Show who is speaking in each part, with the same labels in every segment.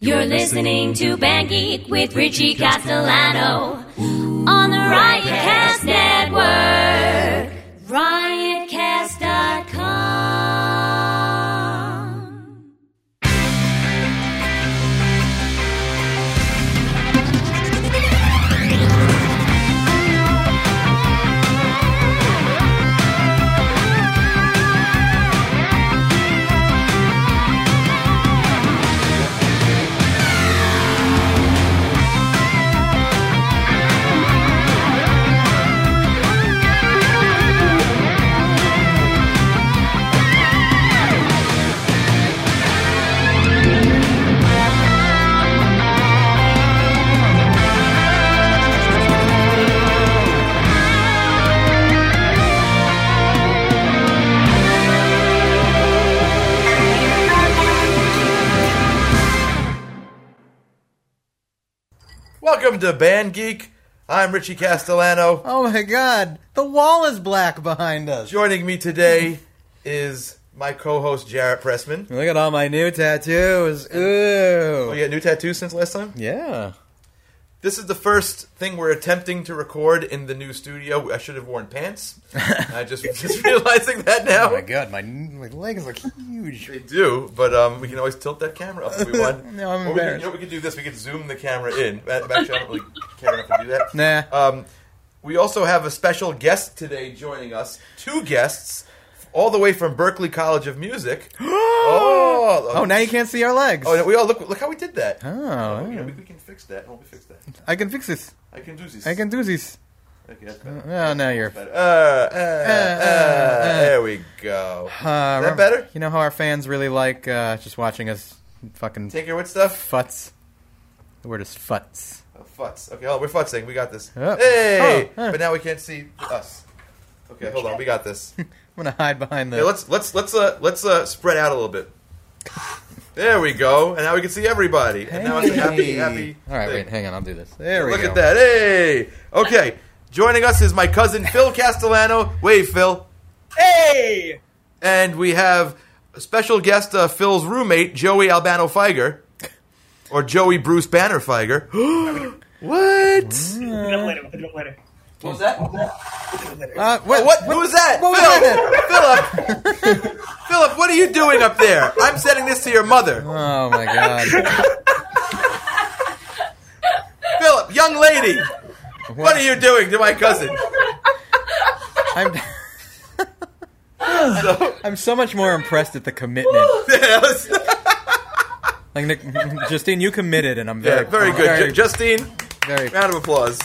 Speaker 1: You're listening to Band Geek with Richie Castellano on the Riotcast Network. Riotcast.com.
Speaker 2: Welcome to Band Geek. I'm Richie Castellano.
Speaker 3: Oh my god, the wall is black behind us.
Speaker 2: Joining me today is my co-host Jarrett Pressman.
Speaker 3: Look at all my new tattoos. Ooh.
Speaker 2: We got new tattoos since last time.
Speaker 3: Yeah.
Speaker 2: This is the first thing we're attempting to record in the new studio. I should have worn pants. I just just realizing that now.
Speaker 3: Oh my god, my my legs look huge.
Speaker 2: They do, but um, we can always tilt that camera up if we want.
Speaker 3: No, I'm
Speaker 2: Or we can,
Speaker 3: embarrassed.
Speaker 2: you know, we could do this. We could zoom the camera in. Uh, Actually, I don't really care enough to do that.
Speaker 3: Nah.
Speaker 2: Um, we also have a special guest today joining us. Two guests, all the way from Berkeley College of Music. oh,
Speaker 3: Oh, now you can't see our legs.
Speaker 2: Oh, no, we all look. Look how we did that.
Speaker 3: Oh,
Speaker 2: You know, we, we can fix that. Help me fix that.
Speaker 3: I can fix this.
Speaker 2: I can do this.
Speaker 3: I can do this.
Speaker 2: Okay, that's better.
Speaker 3: Oh, now you're.
Speaker 2: Better. Uh, uh, uh, there we go.
Speaker 3: Uh,
Speaker 2: Is that better?
Speaker 3: You know how our fans really like uh, just watching us fucking
Speaker 2: Take care. What stuff?
Speaker 3: futz. The word is futz.
Speaker 2: Oh, futz. Okay, hold on. We're futzing. We got this.
Speaker 3: Yeah.
Speaker 2: Hey!
Speaker 3: Oh, yeah.
Speaker 2: But now we can't see us. Okay, hold on. We got this. Hey,
Speaker 3: I'm gonna hide behind the.
Speaker 2: let's let's let's uh let's uh spread out a little bit. There we go. And now we can see everybody. And now it's a happy
Speaker 3: Hey.
Speaker 2: happy.
Speaker 3: All right,
Speaker 2: thing.
Speaker 3: wait, hang on. I'll do this. There we
Speaker 2: Look
Speaker 3: go.
Speaker 2: at that. Hey. Okay. Joining us is my cousin Phil Castellano. Wave, Phil.
Speaker 4: Hey!
Speaker 2: And we have a special guest uh, Phil's roommate, Joey Albano Feiger. Or Joey Bruce Banner Feiger. what?
Speaker 4: Look it up later. Look it up later.
Speaker 2: What was that?
Speaker 3: Uh, wait,
Speaker 2: What? Who was that?
Speaker 3: What was
Speaker 2: Philip! Philip! Philip, what are you doing up there? I'm sending this to your mother.
Speaker 3: Oh my god.
Speaker 2: Philip, young lady! What are you doing to my cousin?
Speaker 3: I'm.
Speaker 2: So,
Speaker 3: I'm so much more impressed at the commitment.
Speaker 2: yes.
Speaker 3: Like Nick, Justine, you committed, and I'm
Speaker 2: yeah,
Speaker 3: very,
Speaker 2: very
Speaker 3: I'm
Speaker 2: good.
Speaker 3: Very,
Speaker 2: Ju- Justine,
Speaker 3: very-
Speaker 2: round of applause.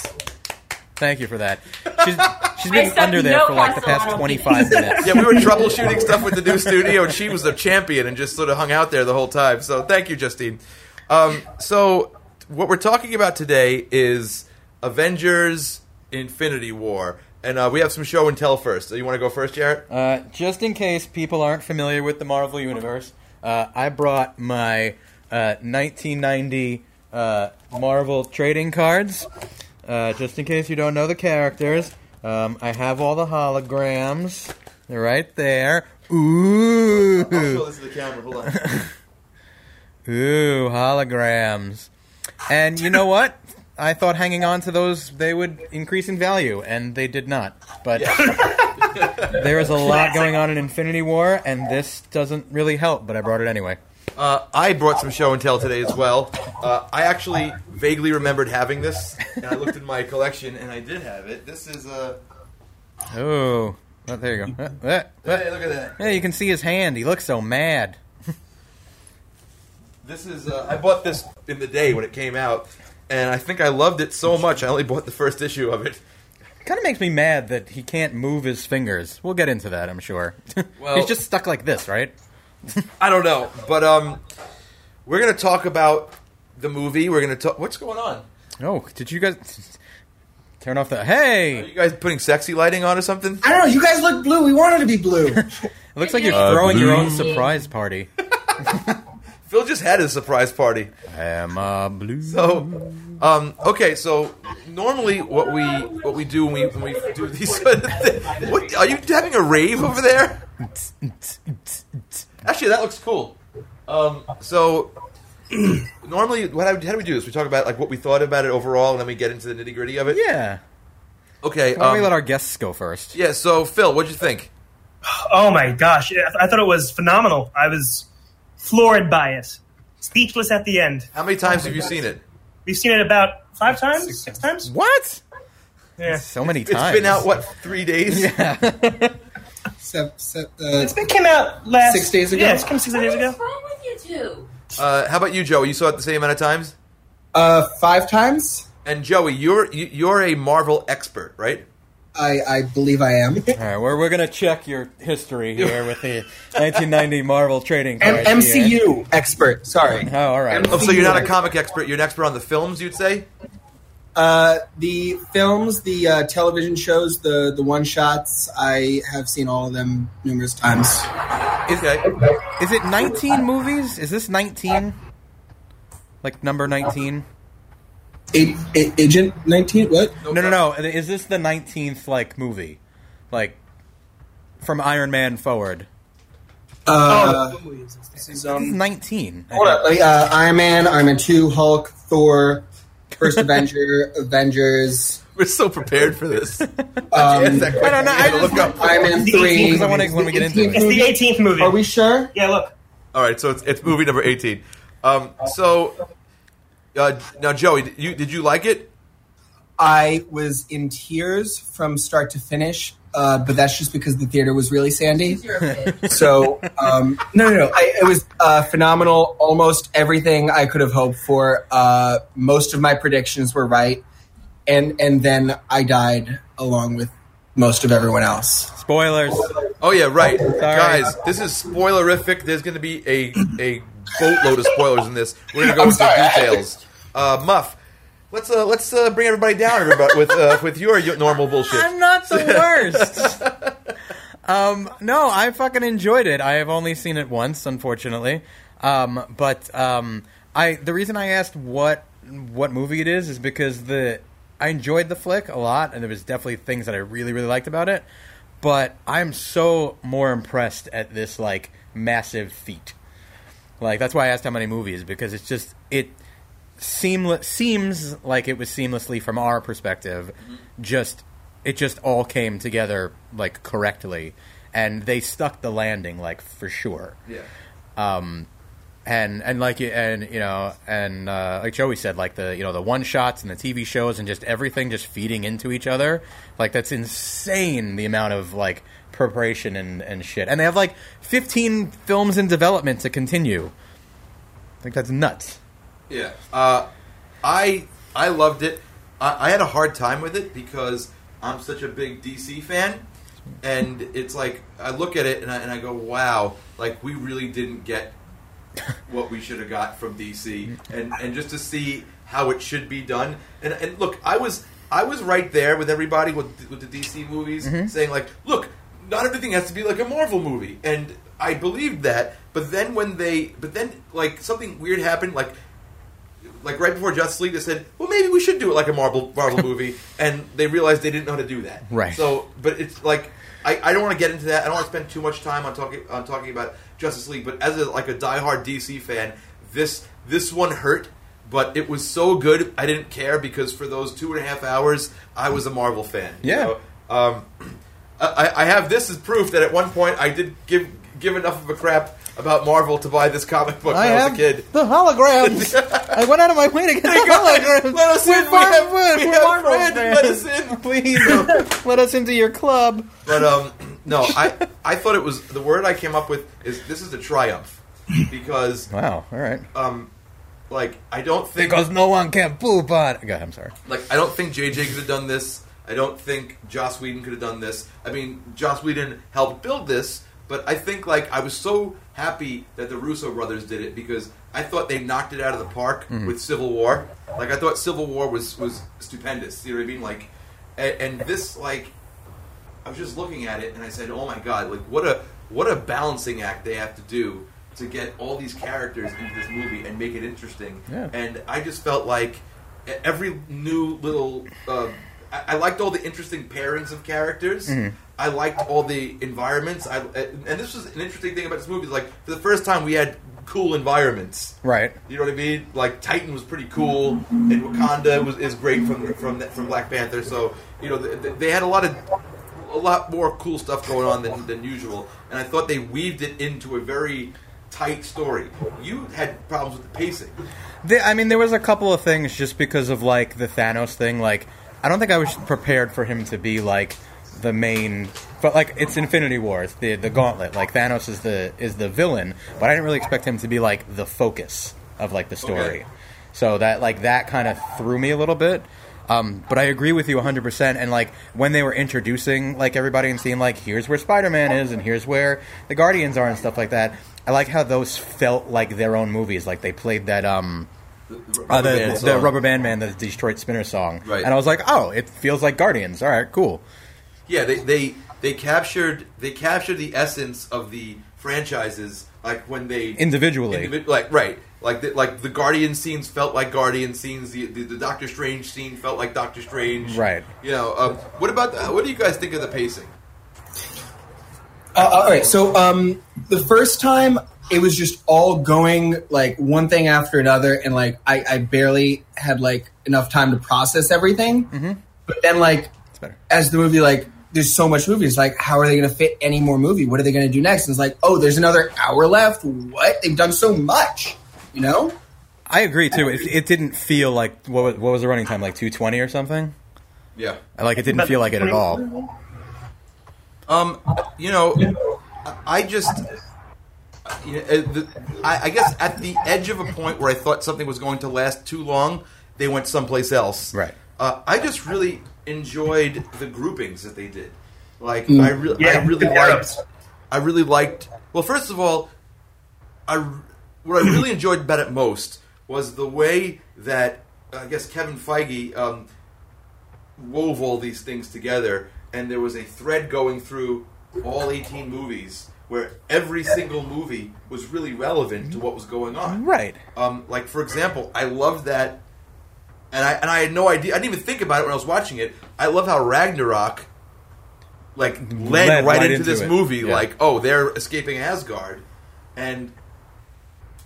Speaker 3: thank you for that. She's, she's been
Speaker 5: said
Speaker 3: under there
Speaker 5: no
Speaker 3: for like the past
Speaker 5: Castellano.
Speaker 3: 25 minutes.
Speaker 2: Yeah, we were troubleshooting stuff with the new studio, and she was the champion and just sort of hung out there the whole time. So, thank you, Justine. Um, so, what we're talking about today is Avengers Infinity War. And uh, we have some show and tell first. So you want to go first, Jarrett?
Speaker 3: Uh, just in case people aren't familiar with the Marvel Universe, uh, I brought my uh, 1990 uh, Marvel trading cards. Uh, just in case you don't know the characters, um, I have all the holograms. They're right there. Ooh.
Speaker 2: I'll show this to the camera. Hold on.
Speaker 3: Ooh, holograms. And you know what? I thought hanging on to those they would increase in value, and they did not. But there is a lot going on in Infinity War, and this doesn't really help. But I brought it anyway.
Speaker 2: Uh, I brought some show and tell today as well. Uh, I actually vaguely remembered having this, and I looked in my collection, and I did have it. This is uh, a.
Speaker 3: Ooh, oh, there you go. Uh, uh, uh.
Speaker 2: Hey, look at that.
Speaker 3: Yeah, you can see his hand. He looks so mad.
Speaker 2: This is. Uh, I bought this in the day when it came out, and I think I loved it so much. I only bought the first issue of it.
Speaker 3: Kind of makes me mad that he can't move his fingers. We'll get into that, I'm sure.
Speaker 2: Well-
Speaker 3: he's just stuck like this, right?
Speaker 2: I don't know, but um, we're gonna talk about the movie. We're gonna talk. What's going on?
Speaker 3: Oh, did you guys turn off the?
Speaker 2: Are
Speaker 3: Hey,
Speaker 2: you guys putting sexy lighting on or something?
Speaker 4: I don't know. You guys look blue. We wanted to be blue.
Speaker 3: it looks like you're
Speaker 5: Uh,
Speaker 3: throwing your own
Speaker 5: blue.
Speaker 3: surprise party.
Speaker 2: Phil just had his surprise party.
Speaker 3: Am I blue?
Speaker 2: So, um, okay. So normally, what we what we do when we when we do these sort of things, what are you having a rave over there? Actually, that looks cool. Um, so normally, what I, how do we do this? We talk about like what we thought about it overall, and then we get into the nitty gritty of it.
Speaker 3: Yeah.
Speaker 2: Okay.
Speaker 3: Why don't we
Speaker 2: um,
Speaker 3: let our guests go first?
Speaker 2: yeah. So, Phil, what'd you think?
Speaker 5: Oh my gosh, I, I thought it was phenomenal. I was floored by it, speechless at the end.
Speaker 2: How many
Speaker 3: Oh
Speaker 2: times have you seen it?
Speaker 5: We've seen it about five times, six, times.
Speaker 3: What?
Speaker 5: Yeah.
Speaker 3: So many
Speaker 2: It's
Speaker 3: times.
Speaker 2: been out what three days?
Speaker 6: Sep- sep- uh,
Speaker 5: It's been came out last
Speaker 6: Six days ago?
Speaker 5: Yeah, it's come six days ago.
Speaker 1: What's wrong with you two?
Speaker 2: Uh, how about you, Joey? You saw it the same amount of times.
Speaker 6: uh, five times.
Speaker 2: And Joey, you're you- you're a Marvel expert, right?
Speaker 6: I, I believe I am.
Speaker 3: All right, we're, we're gonna check your history here with the 1990 Marvel trading
Speaker 6: M-
Speaker 3: card.
Speaker 6: MCU expert. Sorry.
Speaker 3: Oh, all right.
Speaker 2: Oh, so you're not a comic expert. You're an expert on the films, you'd say.
Speaker 6: Uh, the films, the uh, television shows, the the one shots. I have seen all of them numerous times.
Speaker 2: Okay.
Speaker 3: Is it 19 movies? Is this 19? Like number 19?
Speaker 6: A- A- Agent nineteen. What?
Speaker 3: No, no, no. Is this the 19th like movie, like from Iron Man forward?
Speaker 6: Uh,
Speaker 3: It's 19. I
Speaker 6: hold
Speaker 3: think.
Speaker 6: up. Let me- Uh, Iron Man, Iron Man two, Hulk, Thor, First Avenger, Avengers,
Speaker 2: We're so prepared for this.
Speaker 6: um,
Speaker 2: I
Speaker 3: don't know, I just-
Speaker 2: look up.
Speaker 6: Iron Man
Speaker 5: The
Speaker 6: three.
Speaker 5: 18th, 'cause
Speaker 3: I wanna- when we get into it.
Speaker 5: It's the 18th movie.
Speaker 6: Are we sure?
Speaker 5: yeah, look.
Speaker 2: All right, so it's, it's movie number eighteen. Um, so uh, now, Joey, did you did you like it?
Speaker 6: I was in tears from start to finish, uh, but that's just because the theater was really sandy. so, um, no, no, no. I, it was uh, phenomenal. Almost everything I could have hoped for. Uh, most of my predictions were right, and and then I died along with most of everyone else.
Speaker 3: Spoilers.
Speaker 2: Oh yeah, right, guys. This is spoilerific. There's going to be a a boatload of spoilers in this. We're going to go into details. Uh, Muff, let's uh, let's uh, bring everybody down everybody, with uh, with your y- normal bullshit.
Speaker 3: I'm not the worst. um, no, I fucking enjoyed it. I have only seen it once, unfortunately. Um, but um, I the reason I asked what what movie it is is because the I enjoyed the flick a lot, and there was definitely things that I really really liked about it. But I'm so more impressed at this like massive feat. Like that's why I asked how many movies because it's just it seamless seems like it was seamlessly from our perspective. Just it just all came together like correctly, and they stuck the landing like for sure.
Speaker 2: Yeah.
Speaker 3: Um, and and like you and you know and uh, like Joey said, like the you know the one shots and the TV shows and just everything just feeding into each other. Like that's insane the amount of like preparation and and shit. And they have like 15 films in development to continue. I think that's nuts.
Speaker 2: Yeah, uh, I I loved it. I, I had a hard time with it because I'm such a big DC fan, and it's like I look at it and I, and I go, "Wow!" Like we really didn't get what we should have got from DC, and and just to see how it should be done. And and look, I was I was right there with everybody with with the DC movies, saying like, "Look, not everything has to be like a Marvel movie," and I believed that. But then when they, but then like something weird happened, like like right before Justice League, they said, "Well, maybe we should do it like a Marvel Marvel movie," and they realized they didn't know how to do that.
Speaker 3: Right.
Speaker 2: So, but it's like I, I don't want to get into that. I don't want to spend too much time on talking on talking about Justice League. But as a, like a diehard DC fan, this this one hurt, but it was so good I didn't care because for those two and a half hours I was a Marvel fan. you
Speaker 3: Yeah.
Speaker 2: know? Um, I, I have this as proof that at one point I did give give enough of a crap about Marvel to buy this comic book when I was a kid.
Speaker 3: the holograms. I went out of my way to get the holograms.
Speaker 2: Let us in. We have, we have friends. Let us in.
Speaker 3: please. let us into your club.
Speaker 2: But um, no, I I thought it was the word I came up with is this is a triumph because
Speaker 3: Wow. All right.
Speaker 2: um, like I don't think
Speaker 3: Because no one can poop on. God, I'm sorry.
Speaker 2: like I don't think JJ could have done this. I don't think Joss Whedon could have done this. I mean, Joss Whedon helped build this, but I think like I was so happy that the Russo brothers did it because I thought they knocked it out of the park with Civil War. Like I thought Civil War was was stupendous. You know what I mean? Like, and, and this like I was just looking at it and I said, "Oh my god! Like what a what a balancing act they have to do to get all these characters into this movie and make it interesting."
Speaker 3: Yeah.
Speaker 2: And I just felt like e- every new little uh, I, I liked all the interesting pairings of characters. I liked all the environments. I and this was an interesting thing about this movie. Like for the first time, we had cool environments.
Speaker 3: Right.
Speaker 2: You know what I mean? Like Titan was pretty cool, and Wakanda was is great from from that- from Black Panther. So you know they, they had a lot of a lot more cool stuff going on than, than usual, and I thought they weaved it into a very tight story. You had problems with the pacing.
Speaker 3: The, I mean, there was a couple of things just because of like the Thanos thing. Like, I don't think I was prepared for him to be like the main. But like, it's Infinity War. It's the the gauntlet. Like Thanos is the is the villain, but I didn't really expect him to be like the focus of like the story.
Speaker 2: Okay.
Speaker 3: So that like that kind of threw me a little bit. Um, but I agree with you 100%. And like when they were introducing like everybody and seeing like here's where Spider-Man is and here's where the Guardians are and stuff like that. I like how those felt like their own movies. Like they played that um uh, the, the,
Speaker 2: song.
Speaker 3: rubber band man, the Detroit Spinner song,
Speaker 2: Right.
Speaker 3: and I was like, "Oh, it feels like Guardians." All right, cool.
Speaker 2: Yeah, they, they they captured they captured the essence of the franchises, like when they
Speaker 3: Individually.
Speaker 2: Indivi- like right, like the, like the Guardian scenes felt like Guardian scenes. The, the, the Doctor Strange scene felt like Doctor Strange.
Speaker 3: Right.
Speaker 2: You know, um, what about the, what do you guys think of the pacing?
Speaker 6: Uh, all right. So um, the first time it was just all going like one thing after another, and like I, I barely had like enough time to process everything. But then like
Speaker 3: It's better.
Speaker 6: as the movie like there's so much movie, it's like how are they going to fit any more movie? What are they going to do next? And it's like oh, there's another hour left. What they've done so much, you know?
Speaker 3: I agree too. It, it didn't feel like what was, what was the running time like two twenty or something.
Speaker 2: Yeah.
Speaker 3: I Like it didn't feel like it at all.
Speaker 2: Um, you know, I- I just, you know, uh, the- I, I guess at the edge of a point where I thought something was going to last too long, they went someplace else.
Speaker 3: Right.
Speaker 2: Uh, I just really enjoyed the groupings that they did. Like I, re-
Speaker 5: Yeah,
Speaker 2: I really
Speaker 5: the
Speaker 2: liked.
Speaker 5: Arabs.
Speaker 2: I really liked. Well, first of all, I what I really enjoyed about it most was the way that I guess Kevin Feige um, wove all these things together, and there was a thread going through all 18 movies where every single movie was really relevant to what was going on.
Speaker 3: Right.
Speaker 2: Um, like for example, I love that, and I and I had no idea. I didn't even think about it when I was watching it. I love how Ragnarok, like, led, right, into, this
Speaker 3: it.
Speaker 2: movie.
Speaker 3: Yeah.
Speaker 2: Like, oh, they're escaping Asgard, and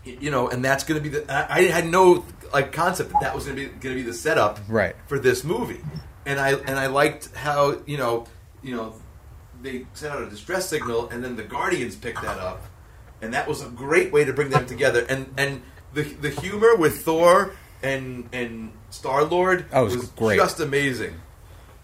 Speaker 2: y- you know, and that's going to be the. I, I had no like concept that that was going to be going to be the setup
Speaker 3: Right.
Speaker 2: for this movie, and I and I liked how you know you know they sent out a distress signal, and then the Guardians picked that up, and that was a great way to bring them together, and and the the humor with Thor and and Star Lord
Speaker 3: Oh, it was great.
Speaker 2: just amazing.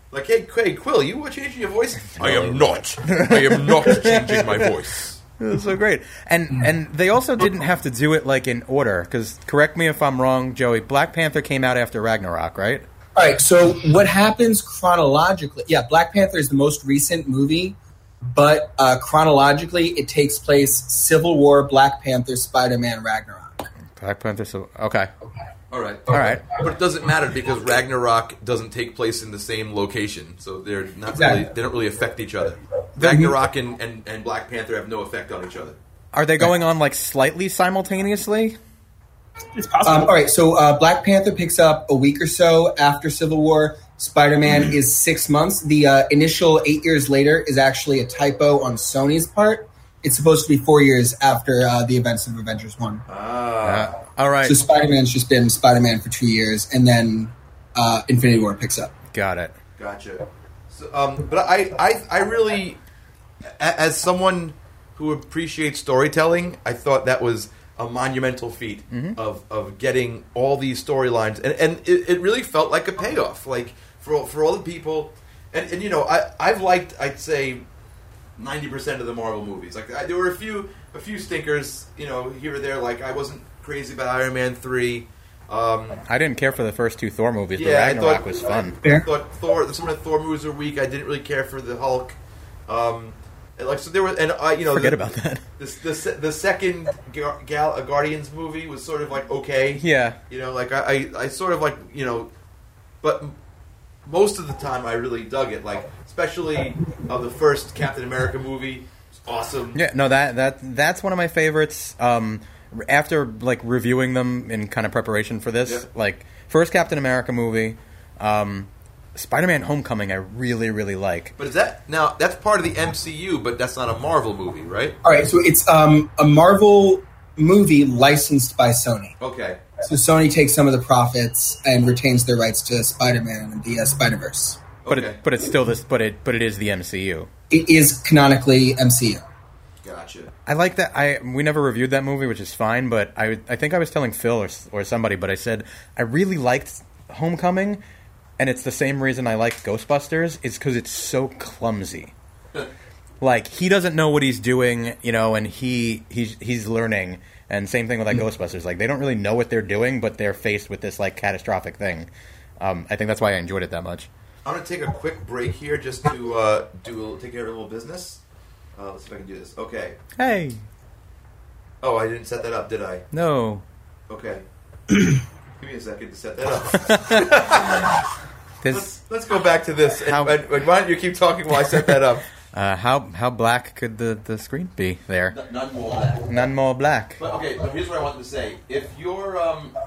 Speaker 2: Like, hey, hey, Quill, you were changing your voice? I am not. I am not changing my voice.
Speaker 3: It was so great, and and they also didn't have to do it like in order. Because correct me if I'm wrong, Joey. Black Panther came out after Ragnarok, right?
Speaker 6: All right. So what happens chronologically? Yeah, Black Panther is the most recent movie, but uh, chronologically, it takes place Civil War, Black Panther, Spider Man, Ragnarok.
Speaker 3: Black Panther. So okay,
Speaker 2: All right.
Speaker 3: all right.
Speaker 2: But it doesn't matter because Ragnarok doesn't take place in the same location, so they're not
Speaker 6: Exactly.
Speaker 2: really they don't really affect each other. Ragnarok and, and, and Black Panther have no effect on each other.
Speaker 3: Are they going on like slightly simultaneously?
Speaker 5: It's
Speaker 6: Um,
Speaker 5: possible.
Speaker 6: all right. So uh, Black Panther picks up a week or so after Civil War. Spider Man is six months. The uh, initial eight years later is actually a typo on Sony's part. It's supposed to be four years after uh, the events of Avengers One.
Speaker 3: Uh, all right,
Speaker 6: So Spider Man's just been Spider Man for two years, and then uh, Infinity War picks up.
Speaker 3: got it.
Speaker 2: Gotcha. So, um, but I, I, I really, a- as someone who appreciates storytelling, I thought that was a monumental feat of, of getting all these storylines, and and it, it really felt like a payoff, like for for all the people, and and you know I I've liked I'd say ninety percent of the Marvel movies. Like I, there were a few a few stinkers, you know, here or there. Like I wasn't crazy about Iron Man three. Um,
Speaker 3: I didn't care for the first two Thor movies, but
Speaker 2: Yeah, I
Speaker 3: Ragnarok
Speaker 2: thought-
Speaker 3: was fun.
Speaker 2: I thought Thor. Some of the Thor movies were weak. I didn't really care for the Hulk. Um, and, like so, there were, and I, you know,
Speaker 3: Forget
Speaker 2: the,
Speaker 3: about that.
Speaker 2: The, the, se- the second Gar- Gal, uh, Guardians movie was sort of like okay,
Speaker 3: Yeah.
Speaker 2: you know, like I, I, I sort of like you know, but m- most of the time I really dug it. Like especially of the first Captain America movie, it's awesome.
Speaker 3: Yeah, no that that that's one of my favorites. Um, r- after like reviewing them in kind of preparation for this,
Speaker 2: Yeah.
Speaker 3: like first Captain America movie, um, Spider-Man: Homecoming, I really really like.
Speaker 2: But is that now? That's part of the MCU, but that's not a Marvel movie, right?
Speaker 6: All right, so it's um, a Marvel movie licensed by Sony.
Speaker 2: Okay.
Speaker 6: So Sony takes some of the profits and retains their rights to Spider-Man and the uh, Spider-Verse.
Speaker 3: But
Speaker 2: okay.
Speaker 3: it, but it's still this. But it but it is the MCU.
Speaker 6: It is canonically MCU.
Speaker 2: gotcha.
Speaker 3: I like that. I we never reviewed that movie, which is fine. But I I think I was telling Phil or or somebody, but I said I really liked Homecoming, and it's the same reason I like Ghostbusters is because it's so clumsy. like he doesn't know what he's doing, you know, and he he's he's learning. And same thing with like Ghostbusters. Like they don't really know what they're doing, but they're faced with this like catastrophic thing. Um, I think that's why I enjoyed it that much.
Speaker 2: I'm gonna take a quick break here just to uh, do take care of a little business. Uh, let's see if I can do this. Okay.
Speaker 3: Hey,
Speaker 2: Oh, I didn't set that up, did I?
Speaker 3: no,
Speaker 2: Okay. Give me a second to set that up.
Speaker 3: this.
Speaker 2: let's, let's go back to this. And,
Speaker 3: How-
Speaker 2: and- and why don't you keep talking while I set that up?
Speaker 3: Uh, how how black could the, the screen be there?
Speaker 2: None more of that.
Speaker 3: None more black.
Speaker 2: But okay, but here's what I wanted to say. If you're, um,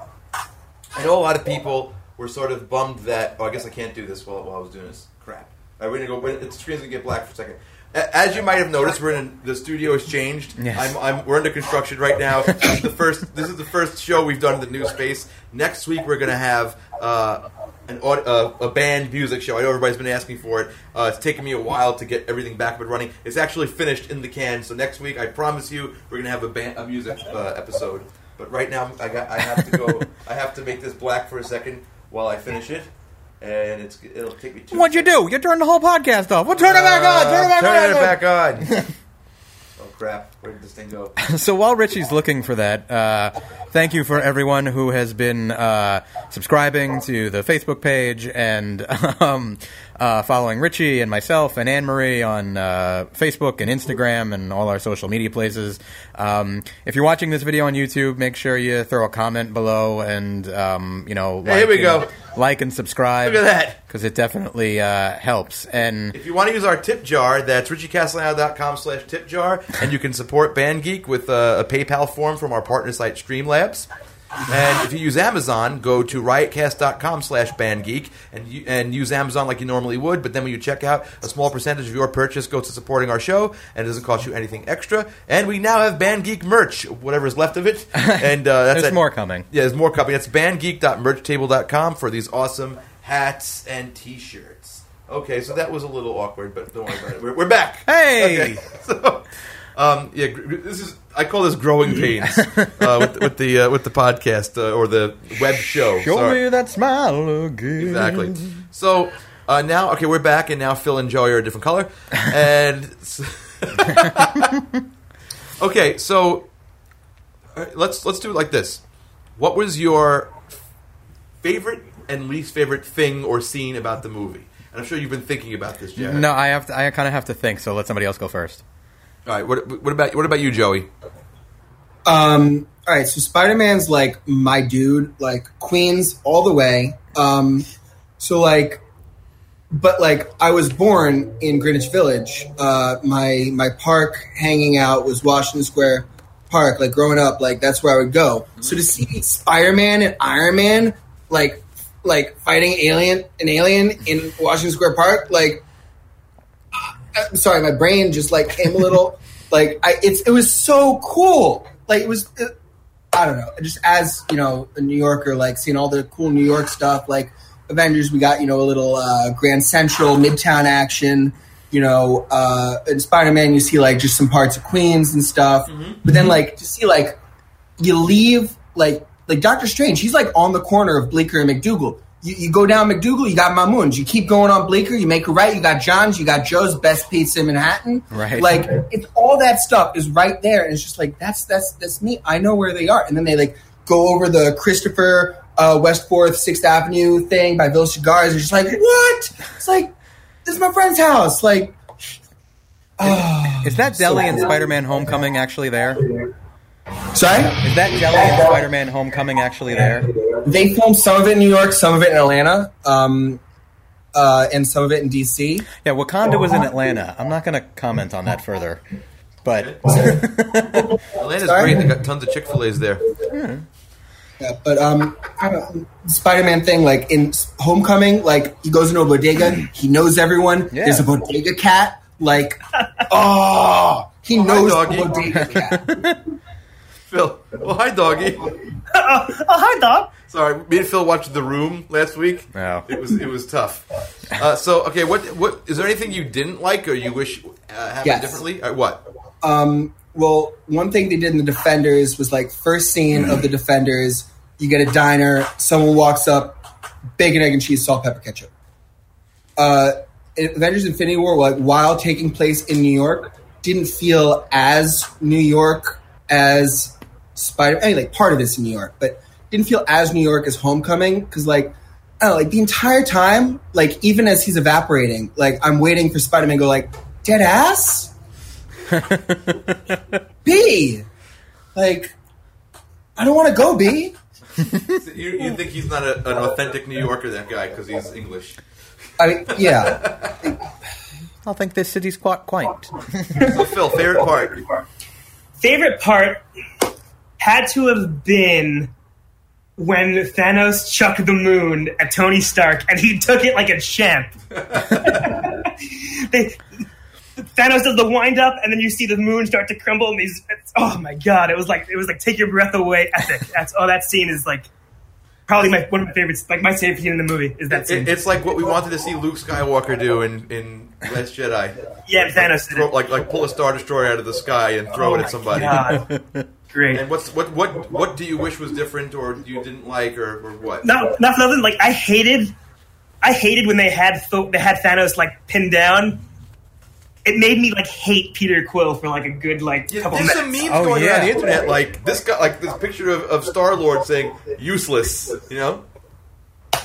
Speaker 2: I know a lot of people were sort of bummed that. Oh, I guess I can't do this while, while I was doing this. Crap. I we're gonna go. Wait, the screen's gonna get black for a second. A- As you might have noticed, we're in the studio has changed.
Speaker 3: Yes.
Speaker 2: I'm, I'm, we're under construction right now. This is the first. This is the first show we've done in the new space. Next week we're gonna have uh, an aud- uh, a band music show. I know everybody's been asking for it. Uh, it's taken me a while to get everything back up and running. It's actually finished in the can. So next week, I promise you, we're gonna have a band a music uh, episode. But right now, I got I have to go. I have to make this black for a second while I finish it, and it's it'll take me two.
Speaker 3: What'd you do? You turned the whole podcast off. Well, turn it back on. Turn it back on.
Speaker 2: on. Turn it back on. oh crap! Where did this thing go?
Speaker 3: So while Richie's looking for that, uh, thank you for everyone who has been uh, subscribing to the Facebook page and um, uh, following Richie and myself and Anne Marie on uh, Facebook and Instagram and all our social media places. Um, if you're watching this video on YouTube, make sure you throw a comment below and um, you know
Speaker 2: Hey, here we
Speaker 3: and-
Speaker 2: go.
Speaker 3: like and subscribe.
Speaker 2: Look at that.
Speaker 3: because it definitely uh, helps and.
Speaker 2: If you want to use our tip jar, that's richiecastellano.com slash tip jar, and you can support BandGeek with uh, a PayPal form from our partner site Streamlabs. And if you use Amazon, go to riotcast.com slash bandgeek and, you, and use Amazon like you normally would. But then when you check out, a small percentage of your purchase goes to supporting our show and it doesn't cost you anything extra. And we now have Bandgeek merch, whatever is left of it. And uh, that's
Speaker 3: There's
Speaker 2: at-
Speaker 3: more coming.
Speaker 2: Yeah, there's more coming. That's bandgeek.merchtable.com for these awesome hats and t-shirts. Okay, so that was a little awkward, but don't worry about it. We're, we're back.
Speaker 3: Hey!
Speaker 2: Okay, so, um, yeah, gr- this is I call this growing pains uh, with, with the uh, with the podcast uh, or the web show.
Speaker 3: Show
Speaker 2: Sorry.
Speaker 3: me that smile again.
Speaker 2: exactly. So uh, now, okay, we're back, and now Phil and Joey are a different color, and s- okay, so all right, let's let's do it like this. What was your favorite and least favorite thing or scene about the movie? And I'm sure you've been thinking about this, Jared.
Speaker 3: No, I have. To, I kind of have to think. So let somebody else go first.
Speaker 2: All right. What, what about what about you, Joey?
Speaker 6: Um, all right, so Spider Man's like my dude, like Queens all the way. Um, so like, but like I was born in Greenwich Village. Uh, my my park hanging out was Washington Square Park. Like growing up, like that's where I would go. So to see Spider Man and Iron Man, like like fighting alien an alien in Washington Square Park, like I'm sorry, my brain just like came a little like I it's it was so cool. Like it was it, I don't know, just as, you know, a New Yorker like seeing all the cool New York stuff like Avengers we got, you know, a little uh, Grand Central Midtown action, you know, uh in Spider-Man you see like just some parts of Queens and stuff. But then like to see like you leave like like Doctor Strange, he's like on the corner of Bleecker and McDougal. You, you go down McDougal, you got Mamoon's. You keep going on Bleecker, you make a right, you got John's, you got Joe's best pizza in Manhattan.
Speaker 3: Right.
Speaker 6: Like it's all that stuff is right there, and it's just like that's that's that's me. I know where they are. And then they like go over the Christopher uh, West Fourth Sixth Avenue thing by Bill Cigars. And just like what? It's like this is my friend's house. Like
Speaker 3: Is that Deli and
Speaker 6: cool.
Speaker 3: Spider-Man: Homecoming actually there? Is
Speaker 6: sorry.
Speaker 3: that Deli and Spider-Man: Homecoming actually there?
Speaker 6: They filmed some of it in New York, some of it in Atlanta, um, uh, and some of it in DC.
Speaker 3: Yeah, Wakanda was in Atlanta. I'm not going to comment on that further. But
Speaker 2: Atlanta's
Speaker 6: Sorry?
Speaker 2: great. They got tons of Chick Fil A's there.
Speaker 6: Yeah, but um, I don't know, Spider-Man thing, like in S- Homecoming, like he goes into a bodega, he knows everyone.
Speaker 3: Yeah.
Speaker 6: There's a bodega cat, like oh, he knows
Speaker 2: doggy.
Speaker 6: the bodega cat.
Speaker 2: Phil. Well, hi, doggy.
Speaker 5: oh, hi, dog.
Speaker 2: Sorry, me and Phil watched The Room last week.
Speaker 3: No.
Speaker 2: It was it was tough. Uh, so okay, what what is there anything you didn't like or you wish uh, happened
Speaker 6: Yes.
Speaker 2: differently? Uh, what?
Speaker 6: um, well, one thing they did in the Defenders was like first scene of the Defenders, you get a diner, someone walks up, bacon, egg, and cheese, salt, pepper, ketchup. Uh, Avengers: Infinity War, like while taking place in New York, didn't feel as New York as Spider. I mean, like part of it's in New York, but didn't feel as New York as Homecoming because like. I don't know, like the entire time, like even as he's evaporating, like I'm waiting for Spider-Man to go like, dead ass? B. Like, I don't want to go B.
Speaker 2: You, you think he's not a, an authentic New Yorker that guy because he's English?
Speaker 6: I mean, yeah.
Speaker 3: I think this city's quite quaint.
Speaker 2: So Phil, favorite part?
Speaker 5: Favorite part had to have been when Thanos chucked the moon at Tony Stark and he took it like a champ. they, Thanos does the wind up and then you see the moon start to crumble and he's it's, oh my god, it was like it was like take your breath away epic. That's oh that scene is like probably my one of my favorites like my favorite scene in the movie is that scene.
Speaker 2: It, it's like what we wanted to see Luke Skywalker do in in Last Jedi.
Speaker 5: yeah, Thanos did
Speaker 2: Throw,
Speaker 5: it. Oh
Speaker 2: like like pull a star destroyer out of the sky and throw it at somebody.
Speaker 5: God. Great.
Speaker 2: And what's what what what do you wish was different or you didn't like or, or what?
Speaker 5: not not for nothing. Like I hated, I hated when they had Tho- they had Thanos like pinned down. It made me like hate Peter Quill for like a good like
Speaker 2: Yeah,
Speaker 5: couple
Speaker 2: there's some
Speaker 5: minutes.
Speaker 2: memes
Speaker 3: Oh,
Speaker 2: going around
Speaker 3: yeah.
Speaker 2: the internet like this guy like this picture of, of Star Lord saying useless, you know?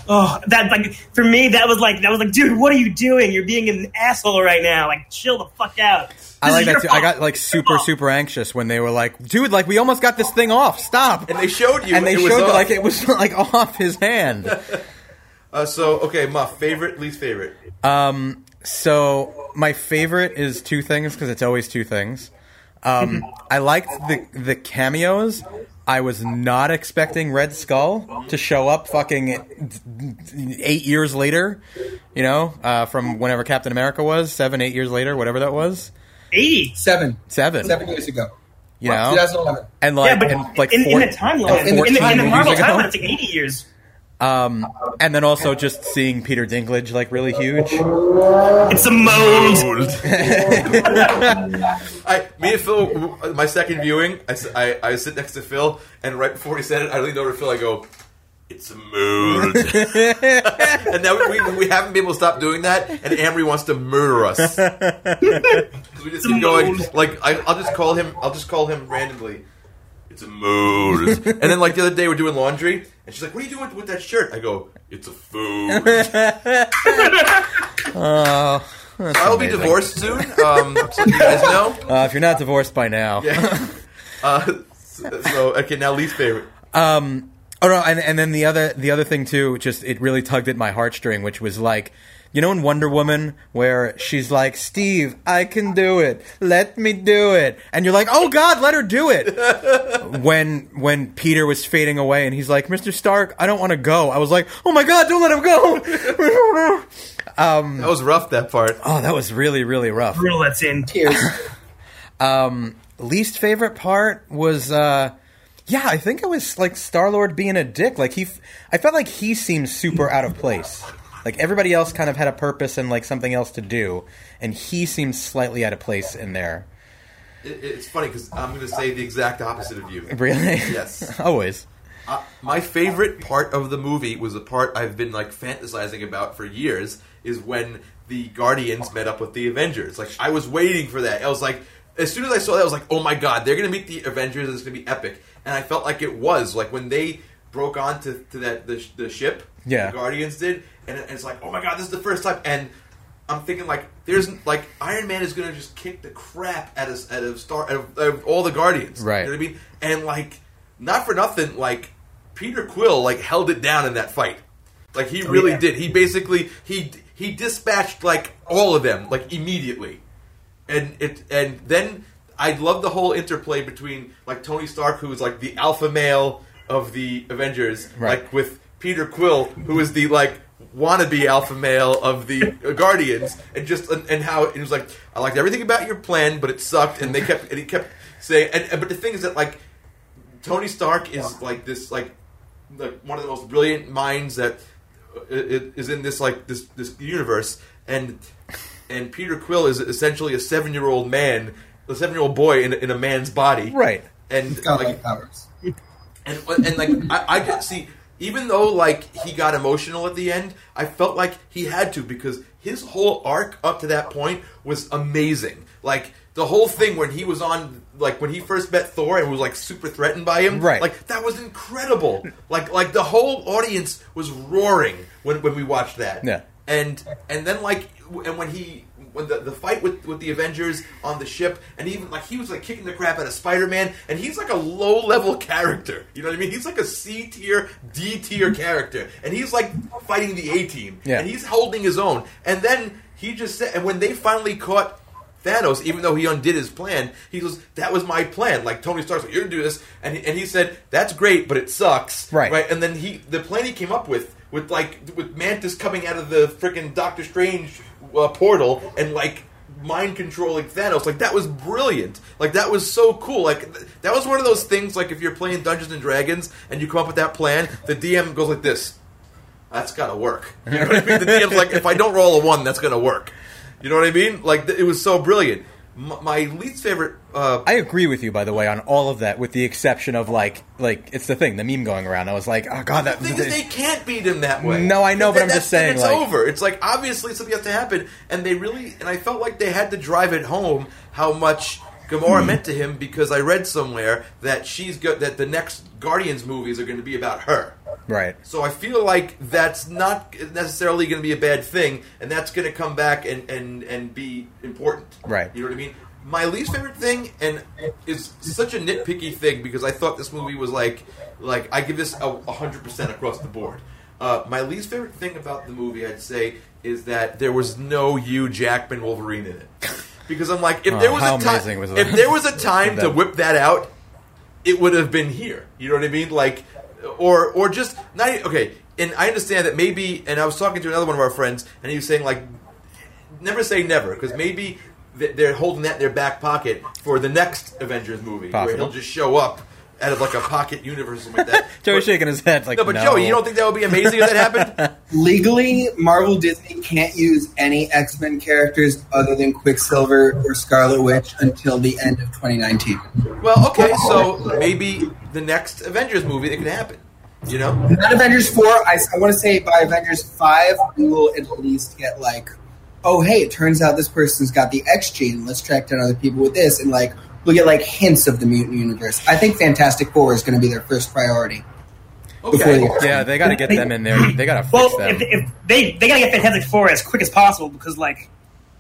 Speaker 5: oh, that like for me that was like that was like, dude, what are you doing? You're being an asshole right now. Like, chill the fuck out.
Speaker 3: I
Speaker 5: This
Speaker 3: like
Speaker 5: is
Speaker 3: that
Speaker 5: your
Speaker 3: too. I
Speaker 5: fault.
Speaker 3: got like
Speaker 5: Your
Speaker 3: super,
Speaker 5: fault.
Speaker 3: super anxious when they were like, dude, like we almost got this thing off. Stop.
Speaker 2: And they showed you
Speaker 3: And they
Speaker 2: it was
Speaker 3: showed that
Speaker 2: us.
Speaker 3: like it was like off his hand.
Speaker 2: uh, so okay, Muff, favorite, least favorite.
Speaker 3: Um, so my favorite is two things because it's always two things. Um,
Speaker 5: Mm-hmm.
Speaker 3: I liked the the cameos. I was not expecting Red Skull to show up fucking eight years later, you know, uh, from whenever Captain America was seven, eight years later, whatever that was,
Speaker 5: eighty.
Speaker 6: Seven.
Speaker 3: seven,
Speaker 6: Seven years ago.
Speaker 3: you know,
Speaker 6: 2011.
Speaker 3: and like,
Speaker 5: Yeah, but
Speaker 3: and, like
Speaker 5: in,
Speaker 3: four-
Speaker 5: in the timeline,
Speaker 3: and
Speaker 5: in, the- in the,
Speaker 3: 14
Speaker 5: in the
Speaker 3: movies
Speaker 5: Marvel
Speaker 3: ago.
Speaker 5: timeline, it's like eighty years.
Speaker 3: Um, and then also just seeing Peter Dinklage like really huge.
Speaker 5: It's a mode.
Speaker 2: I, me and Phil, uh, my second viewing, I, s- I- I sit next to Phil, and right before he said it, I leaned over to Phil. I go, "It's a mood," and now we, we haven't been able to stop doing that. And Amory wants to murder us. 'Cause we just keep going. Like I, I'll just call him. I'll just call him randomly. It's a mood. and then like the other day, we're doing laundry, and she's like, "What are you doing with that shirt?" I go, "It's a food."
Speaker 3: Uh,
Speaker 2: I will be divorced soon. Um, so you guys know.
Speaker 3: uh, if you're not divorced by now.
Speaker 2: Yeah. Uh, so, so, okay, now least favorite.
Speaker 3: Um, oh no, and, and then the other the other thing too, just it really tugged at my heartstring, which was like, you know, in Wonder Woman where she's like, "Steve, I can do it. Let me do it," and you're like, "Oh God, let her do it." when when Peter was fading away, and he's like, "Mr. Stark, I don't want to go." I was like, "Oh my God, don't let him go."
Speaker 2: That was rough. That part.
Speaker 3: oh, that was really really rough.
Speaker 5: Rule that's in.
Speaker 6: Tears.
Speaker 3: Um, least favorite part was, uh, yeah, I think it was like Star Lord being a dick. Like he, f- I felt like he seemed super out of place. Like everybody else kind of had a purpose and like something else to do, and he seemed slightly out of place in there.
Speaker 2: It, it's funny because I'm going to say the exact opposite of you.
Speaker 3: Really?
Speaker 2: Yes.
Speaker 3: Always.
Speaker 2: Uh, my favorite part of the movie was the part I've been like fantasizing about for years. Is when the Guardians met up with the Avengers. Like I was waiting for that. I was like, as soon as I saw that, I was like, oh my god, they're going to meet the Avengers. and It's going to be epic. And I felt like it was. Like when they broke onto to that the, sh- the ship.
Speaker 3: Yeah.
Speaker 2: The Guardians did, and, and it's like, oh my god, this is the first time. And I'm thinking like, there's like Iron Man is going to just kick the crap out of out of Star out of, out of all the Guardians.
Speaker 3: Right.
Speaker 2: You know what I mean? And like, not for nothing, like Peter Quill like held it down in that fight. Like he really
Speaker 5: yeah.
Speaker 2: did. He basically he he dispatched like all of them like immediately. And it and then I love the whole interplay between like Tony Stark who's like the alpha male of the Avengers
Speaker 3: Right.
Speaker 2: like with Peter Quill who is the like wannabe alpha male of the Guardians and just and, and how it was like I liked everything about your plan but it sucked and they kept and he kept saying and, and but the thing is that like Tony Stark is like this, like, like one of the most brilliant minds that uh, i- is in this like this this universe, and and Peter Quill is essentially a seven year old man, a seven year old boy in, in a man's body,
Speaker 3: Right.
Speaker 2: And
Speaker 6: Godlike
Speaker 2: like,
Speaker 6: powers.
Speaker 2: and and like I, I did see, even though like he got emotional at the end, I felt like he had to because his whole arc up to that point was amazing. Like the whole thing when he was on, like when he first met Thor and was like super threatened by him,
Speaker 3: Right.
Speaker 2: Like that was incredible. Like like the whole audience was roaring when when we watched that.
Speaker 3: Yeah.
Speaker 2: And and then like and when he when the, the fight with with the Avengers on the ship and even like he was like kicking the crap out of Spider Man and he's like a low level character. You know what I mean? He's like a C tier, D tier character, and he's like fighting the A team.
Speaker 3: Yeah.
Speaker 2: And he's holding his own. And then he just said and when they finally caught Thanos, even though he undid his plan, he goes, "That was my plan." Like Tony Stark's like, "You're gonna do this," and he, and he said, "That's great, but it sucks."
Speaker 3: Right.
Speaker 2: right. And then he, the plan he came up with, with like with Mantis coming out of the freaking Doctor Strange uh, portal and like mind controlling Thanos, like that was brilliant. Like that was so cool. Like th- that was one of those things. Like if you're playing Dungeons and Dragons and you come up with that plan, the DM goes like this: that's gotta work. You know what I mean? The DM's like, if I don't roll a one, that's gonna work. You know what I mean? Like th- it was so brilliant. M- my least favorite. Uh,
Speaker 3: I agree with you, by the way, on all of that, with the exception of like, like it's the thing, the meme going around. I was like, oh god, that
Speaker 2: the thing is, they can't beat him that way.
Speaker 3: No, I know, but
Speaker 2: Th-
Speaker 3: I'm
Speaker 2: that's-
Speaker 3: just
Speaker 2: then
Speaker 3: saying,
Speaker 2: It's
Speaker 3: like-
Speaker 2: over. It's like obviously something has to happen, and they really and I felt like they had to drive it home how much Gamora
Speaker 3: Hmm.
Speaker 2: meant to him because I read somewhere that she's go- that the next Guardians movies are going to be about her.
Speaker 3: right.
Speaker 2: So I feel like that's not necessarily going to be a bad thing, and that's going to come back and, and, and be important.
Speaker 3: Right.
Speaker 2: You know what I mean? My least favorite thing, and is such a nitpicky thing because I thought this movie was like, like I give this a hundred percent across the board. Uh, my least favorite thing about the movie, I'd say, is that there was no Hugh Jackman Wolverine in it. Because I'm like, if
Speaker 3: Oh,
Speaker 2: there was
Speaker 3: how
Speaker 2: a time,
Speaker 3: amazing was
Speaker 2: if
Speaker 3: that?
Speaker 2: there was a time to
Speaker 3: That-
Speaker 2: whip that out, it would have been here. You know what I mean? Like, or or just not okay. And I understand that maybe. And I was talking to another one of our friends, and he was saying like, never say never because maybe th- they're holding that in their back pocket for the next Avengers movie where
Speaker 3: Possible.
Speaker 2: he'll just show up out of like a pocket universe or something like that.
Speaker 3: Joey's
Speaker 2: But-
Speaker 3: shaking his head like,
Speaker 2: No, but Joey, you don't think that would be amazing if that happened?
Speaker 6: Legally, Marvel Disney can't use any X Men characters other than Quicksilver or Scarlet Witch until the end of 2019.
Speaker 2: Well, okay, so maybe the next Avengers movie that could happen. You know,
Speaker 6: Not Avengers 4. I, want to say by Avengers 5, we will at least get like, oh, hey, it turns out this person's got the X gene. Let's track down other people with this. And like, we'll get like hints of the mutant universe. I think Fantastic Four is going to be their first priority. Before
Speaker 2: okay.
Speaker 6: the-
Speaker 3: Yeah, they got to get them in there. They got to fix
Speaker 5: Well,
Speaker 3: them.
Speaker 5: if, if they they gotta get Fantastic Four as quick as possible because like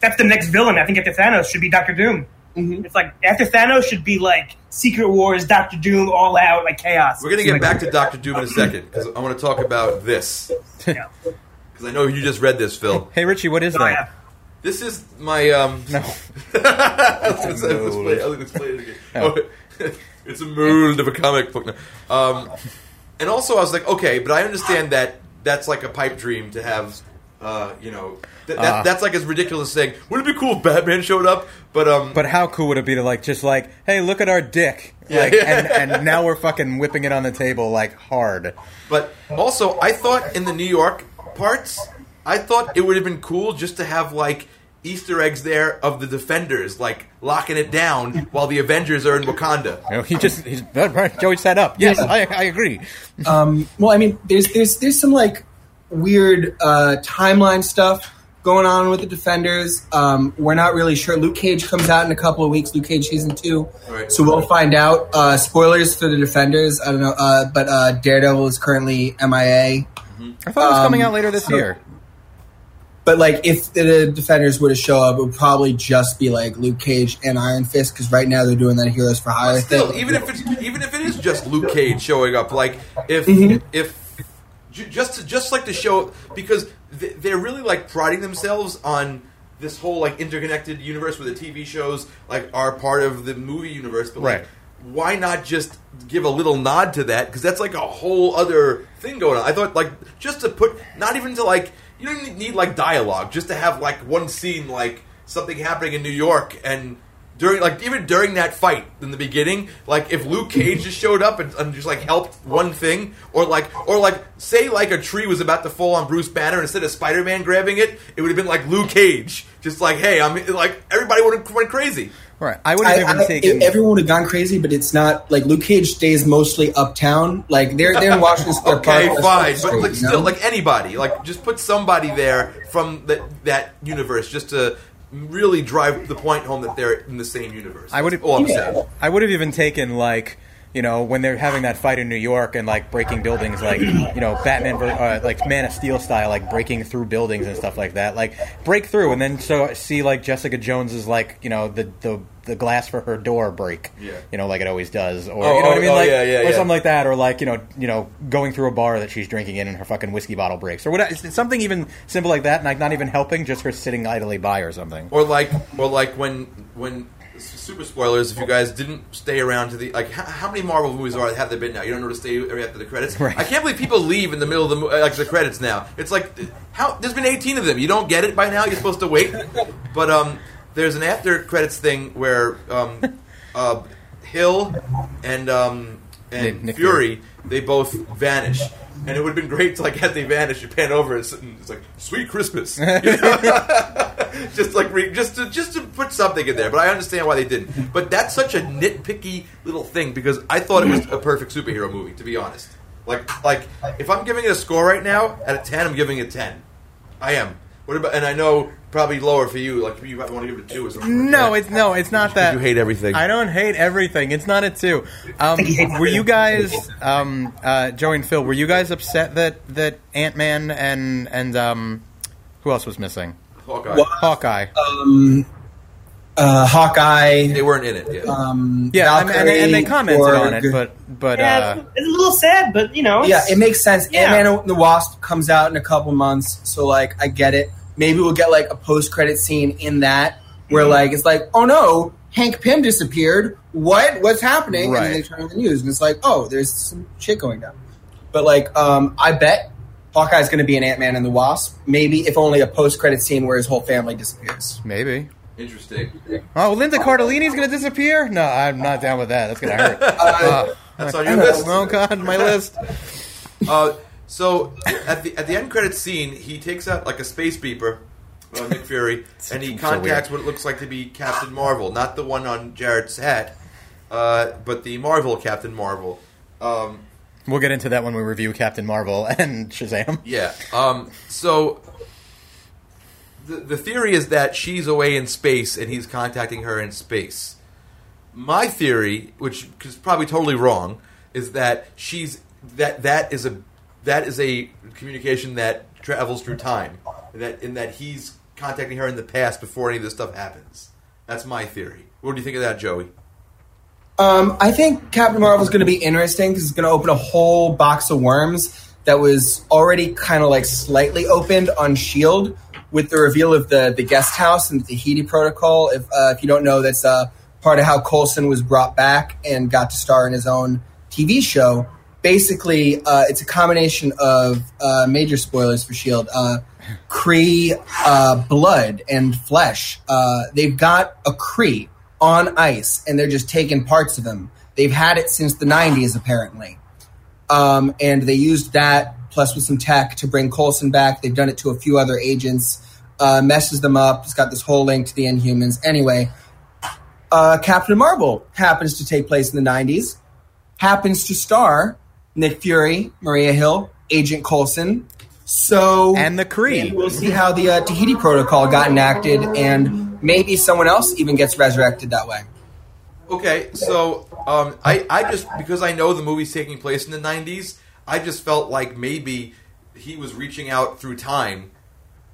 Speaker 5: that's the next villain. I think after Thanos should be Doctor Doom.
Speaker 3: Mm-hmm.
Speaker 5: It's like after Thanos should be like Secret Wars, Doctor Doom, all out like chaos.
Speaker 2: We're gonna get back to Doctor Doom in a second because I want to talk about this
Speaker 5: Yeah.
Speaker 2: because I know you just read this, Phil.
Speaker 3: hey, Richie, what is
Speaker 5: Oh, yeah.
Speaker 3: that?
Speaker 2: This is my um.
Speaker 3: No,
Speaker 2: I was gonna say, let's play it- I was gonna play it again. Oh, it's a mold of a comic book. No. Um, and also, I was like, okay, but I understand that that's like a pipe dream to have. Uh, you know, th- that,
Speaker 3: Uh.
Speaker 2: that's like as ridiculous as saying, "Would it be cool if Batman showed up?" But um,
Speaker 3: but how cool would it be to like just like, hey, look at our dick, like, and, and now we're fucking whipping it on the table like hard.
Speaker 2: But also, I thought in the New York parts, I thought it would have been cool just to have like Easter eggs there of the Defenders, like locking it down while the Avengers are in Wakanda.
Speaker 3: You know, he just he's, Joey sat up. Yes, I, I agree.
Speaker 6: Um, well, I mean, there's there's there's some like weird uh, timeline stuff going on with the Defenders. Um, we're not really sure. Luke Cage comes out in a couple of weeks. Luke Cage season two,
Speaker 2: Right.
Speaker 6: so we'll find out. Uh, spoilers for the Defenders. I don't know, uh, but uh, Daredevil is currently MIA.
Speaker 3: I thought it was
Speaker 6: Um,
Speaker 3: coming out later this
Speaker 6: so-
Speaker 3: year.
Speaker 6: But like, if the Defenders were to show up, it would probably just be like Luke Cage and Iron Fist because right now they're doing that Heroes for Hire
Speaker 2: Still,
Speaker 6: thing.
Speaker 2: even if it's even if it is just Luke Cage showing up, like if if ju- just to, just like to show because th- they're really like priding themselves on this whole like interconnected universe where the TV shows like are part of the movie universe, but like,
Speaker 3: Right.
Speaker 2: why not just give a little nod to that? Because that's like a whole other thing going on. I thought like just to put, not even to like, you don't even need like dialogue, just to have like one scene like something happening in New York and during like even during that fight in the beginning, like if Luke Cage just showed up and, and just like helped one thing, or like or like say like a tree was about to fall on Bruce Banner, and instead of Spider Man grabbing it, it would have been like Luke Cage, just like hey, I'm like everybody would have went crazy.
Speaker 3: Right. I would
Speaker 6: I,
Speaker 3: have even
Speaker 6: I,
Speaker 3: taken.
Speaker 6: everyone would have gone crazy, but it's not like Luke Cage stays mostly uptown. like they're they're in Washington Square
Speaker 2: Okay,
Speaker 6: Park.
Speaker 2: fine,
Speaker 6: Street,
Speaker 2: but like,
Speaker 6: you know?
Speaker 2: still, like anybody, like just put somebody there from that that universe just to really drive the point home that they're in the same universe.
Speaker 3: I would have.
Speaker 2: That's all I'm saying.
Speaker 3: I would have even taken like. You know, when they're having that fight in New York and like breaking buildings, like you know, Batman, ver- uh, like Man of Steel style, like breaking through buildings and stuff like that, like break through and then so see like Jessica Jones's like you know the the, the glass for her door break,
Speaker 2: Yeah.
Speaker 3: you know, like it always does, or
Speaker 2: Oh,
Speaker 3: you know what
Speaker 2: oh,
Speaker 3: I mean,
Speaker 2: oh,
Speaker 3: like
Speaker 2: yeah, yeah,
Speaker 3: or
Speaker 2: yeah.
Speaker 3: something like that, or like you know you know going through a bar that she's drinking in and her fucking whiskey bottle breaks, or what it's something even simple like that, and like not even helping, just her sitting idly by or something.
Speaker 2: or like or like when when super spoilers if you guys didn't stay around to the like how, how many marvel movies are have there been now you don't know to stay every after the credits
Speaker 3: Right.
Speaker 2: i can't believe people leave in the middle of the mo- uh, like the credits now it's like how there's been 18 of them you don't get it by now you're supposed to wait but um there's an after credits thing where um uh hill and um and
Speaker 3: Nick- Nick
Speaker 2: fury they both vanish and it would have been great to like as they vanish you pan over and it's, it's like sweet christmas You know? just like re- just to just to put something in there. But I understand why they didn't. But that's such a nitpicky little thing because I thought it was a perfect superhero movie. To be honest, like like if I'm giving it a score right now at a ten, I'm giving it a ten. I am. What about? And I know probably lower for you. Like you might want to give it a two or something.
Speaker 3: No,
Speaker 2: Yeah.
Speaker 3: it's no, it's not that.
Speaker 2: you hate everything.
Speaker 3: I don't hate everything. It's not a two. Um, were you guys, um, uh, Joey and Phil, were you guys upset that that Ant Man and and um, who else was missing?
Speaker 2: Hawkeye.
Speaker 3: Hawkeye.
Speaker 6: uh, Hawkeye.
Speaker 2: They weren't in it. Yeah.
Speaker 6: Um,
Speaker 3: yeah, I mean, and, they, and they
Speaker 6: Valkyrie,
Speaker 3: commented on
Speaker 6: Gorg.
Speaker 3: it, but but
Speaker 5: Yeah,
Speaker 3: uh,
Speaker 5: it's, it's a little sad, but you know.
Speaker 6: yeah,
Speaker 5: it's-
Speaker 6: it makes sense.
Speaker 5: Yeah.
Speaker 6: Ant-Man and the Wasp comes out in a couple months, so like I get it. Maybe we'll get like a post-credit scene in that where like it's like, oh no, Hank Pym disappeared. What? What's happening? And
Speaker 3: Right.
Speaker 6: then they turn on the news, and it's like, oh, there's some shit going down. But like, um, I bet Hawkeye's going to be an Ant-Man and the Wasp. Maybe if only a post-credit scene where his whole family disappears.
Speaker 3: maybe.
Speaker 2: Interesting.
Speaker 3: Oh, Linda Cardellini's gonna disappear? No, I'm not down with that. That's gonna hurt. Uh,
Speaker 2: That's on your list.
Speaker 3: oh God, my list.
Speaker 2: Uh, so at the at the end credit scene, he takes out like a space beeper, uh, Nick Fury, and he contacts what it looks like to be Captain Marvel, not the one on Jarrett's hat, uh, but the Marvel Captain Marvel. Um,
Speaker 3: We'll get into that when we review Captain Marvel and Shazam.
Speaker 2: yeah. Um, so the the theory is that she's away in space and he's contacting her in space. My theory, which is probably totally wrong, is that she's that that is a that is a communication that travels through time. That in that he's contacting her in the past before any of this stuff happens. That's my theory. What do you think of that, Joey?
Speaker 6: Um, I think Captain Marvel's going to be interesting because it's going to open a whole box of worms that was already kind of like slightly opened on Shield E with the reveal of the the guest house and the Tahiti protocol. If uh, if you don't know, that's uh, part of how Coulson was brought back and got to star in his own TV show. Basically, uh, it's a combination of uh, major spoilers for Shield. Uh, Cree uh, blood and flesh. Uh, they've got a Cree on ice, and they're just taking parts of them. They've had it since the '90s, apparently, um, and they used that plus with some tech to bring Coulson back. They've done it to a few other agents. Uh, messes them up. It's got this whole link to the Inhumans. Anyway, uh, Captain Marvel happens to take place in the '90s. Happens to star Nick Fury, Maria Hill, Agent Coulson. So
Speaker 3: And the Kree.
Speaker 6: and we'll see how the uh, Tahiti protocol got enacted, and maybe someone else even gets resurrected that way.
Speaker 2: Okay, so um, I I just because I know the movie's taking place in the '90s, I just felt like maybe he was reaching out through time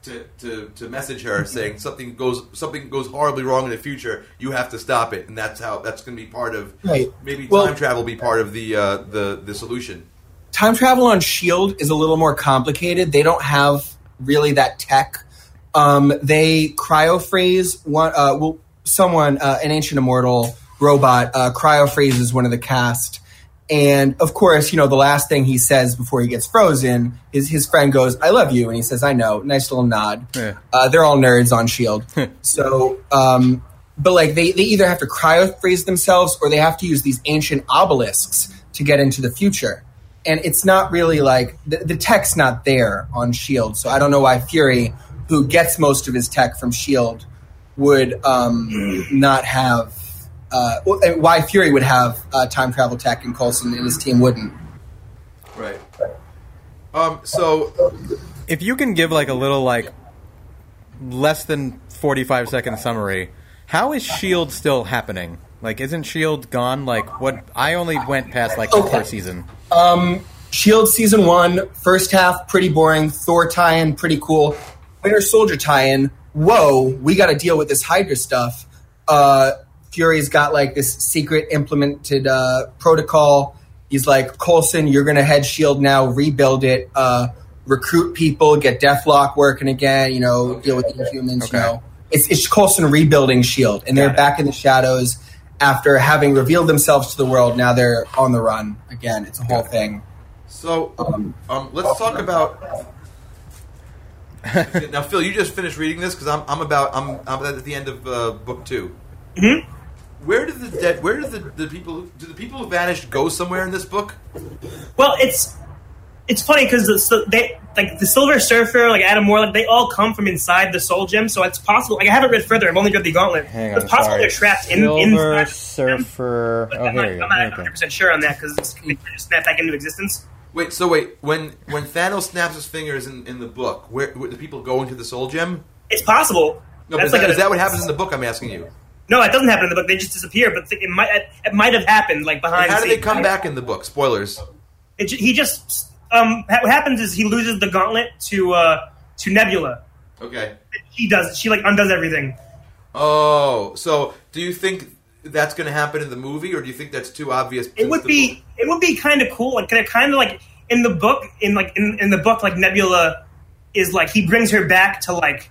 Speaker 2: to to, to message
Speaker 6: Mm-hmm.
Speaker 2: her saying something goes something goes horribly wrong in the future. You have to stop it, and that's how that's going to be part of
Speaker 6: Right.
Speaker 2: maybe
Speaker 6: Well-
Speaker 2: time travel be part of the uh, the the solution.
Speaker 6: time travel on shield E is a little more complicated they don't have really that tech um, they cryofreeze one uh, well someone uh, an ancient immortal robot uh, cryofreezes one of the cast and of course you know the last thing he says before he gets frozen is his friend goes i love you and he says i know nice little nod
Speaker 3: Yeah.
Speaker 6: uh, they're all nerds on shield so um, but like they, they either have to cryofreeze themselves or they have to use these ancient obelisks to get into the future. And it's not really like the, the tech's not there on Shield, so I don't know why Fury, who gets most of his tech from Shield, E would um, not have uh, well, and why Fury would have uh, time travel tech and Coulson and his team wouldn't.
Speaker 2: Right. Um, so
Speaker 3: if you can give like a little like less than 45 second summary how is shield E still happening like isn't shield E gone like what i only went past like the
Speaker 6: Okay.
Speaker 3: first season
Speaker 6: Shield season one, first half pretty boring. Thor tie-in pretty cool. Winter Soldier tie-in. Whoa, we got to deal with this Hydra stuff. Uh, Fury's got like this secret implemented uh, protocol. He's like Coulson, you're gonna head Shield now, rebuild it, uh, recruit people, get Deathlock working again. You know, deal with the Inhumans.
Speaker 3: Okay.
Speaker 6: You know, it's it's Coulson rebuilding Shield, and they're back in the shadows after having revealed themselves to the world. Now they're on the run again. It's a whole thing.
Speaker 2: so um, let's talk about. now, Phil, you just finished reading this because I'm, I'm about I'm, I'm at the end of uh, book 2 Mm-hmm. Where did the dead? Where did the, the people? Do the people who vanished go somewhere in this book?
Speaker 5: Well, it's it's funny because the, they like the Silver Surfer, like Adam Warlock, they all come from inside the Soul Gem, so it's possible. Like I haven't read further; I've only read the Gauntlet.
Speaker 3: hang
Speaker 5: it's
Speaker 3: on
Speaker 5: possible
Speaker 3: sorry.
Speaker 5: they're trapped in
Speaker 3: silver
Speaker 5: inside. the Gem,
Speaker 3: surfer
Speaker 5: but
Speaker 3: oh
Speaker 5: I'm not,
Speaker 3: here
Speaker 5: I'm
Speaker 3: you go
Speaker 5: not
Speaker 3: Okay.
Speaker 5: 100 percent sure on that because it's they just snap back into existence.
Speaker 2: Wait, so wait, when when Thanos snaps his fingers in, in the book, where, where the people go into the soul gem?
Speaker 5: It's possible.
Speaker 2: No, but is,
Speaker 5: That's like
Speaker 2: that,
Speaker 5: a-
Speaker 2: is that what happens in the book? I'm asking you.
Speaker 5: No, it doesn't happen in the book. They just disappear, but it might it might have happened like behind.
Speaker 2: How
Speaker 5: the
Speaker 2: do they
Speaker 5: scenes.
Speaker 2: come back in the book? Spoilers.
Speaker 5: It, ju- he just um, ha- what happens is he loses the Gauntlet to uh, to Nebula.
Speaker 2: Okay.
Speaker 5: She does. She like undoes everything.
Speaker 2: Oh, so do you think that's going to happen in the movie, or do you think that's too obvious?
Speaker 5: it would be it would be kind of cool like they're kind of like in the book in like in, in the book like nebula is like he brings her back to like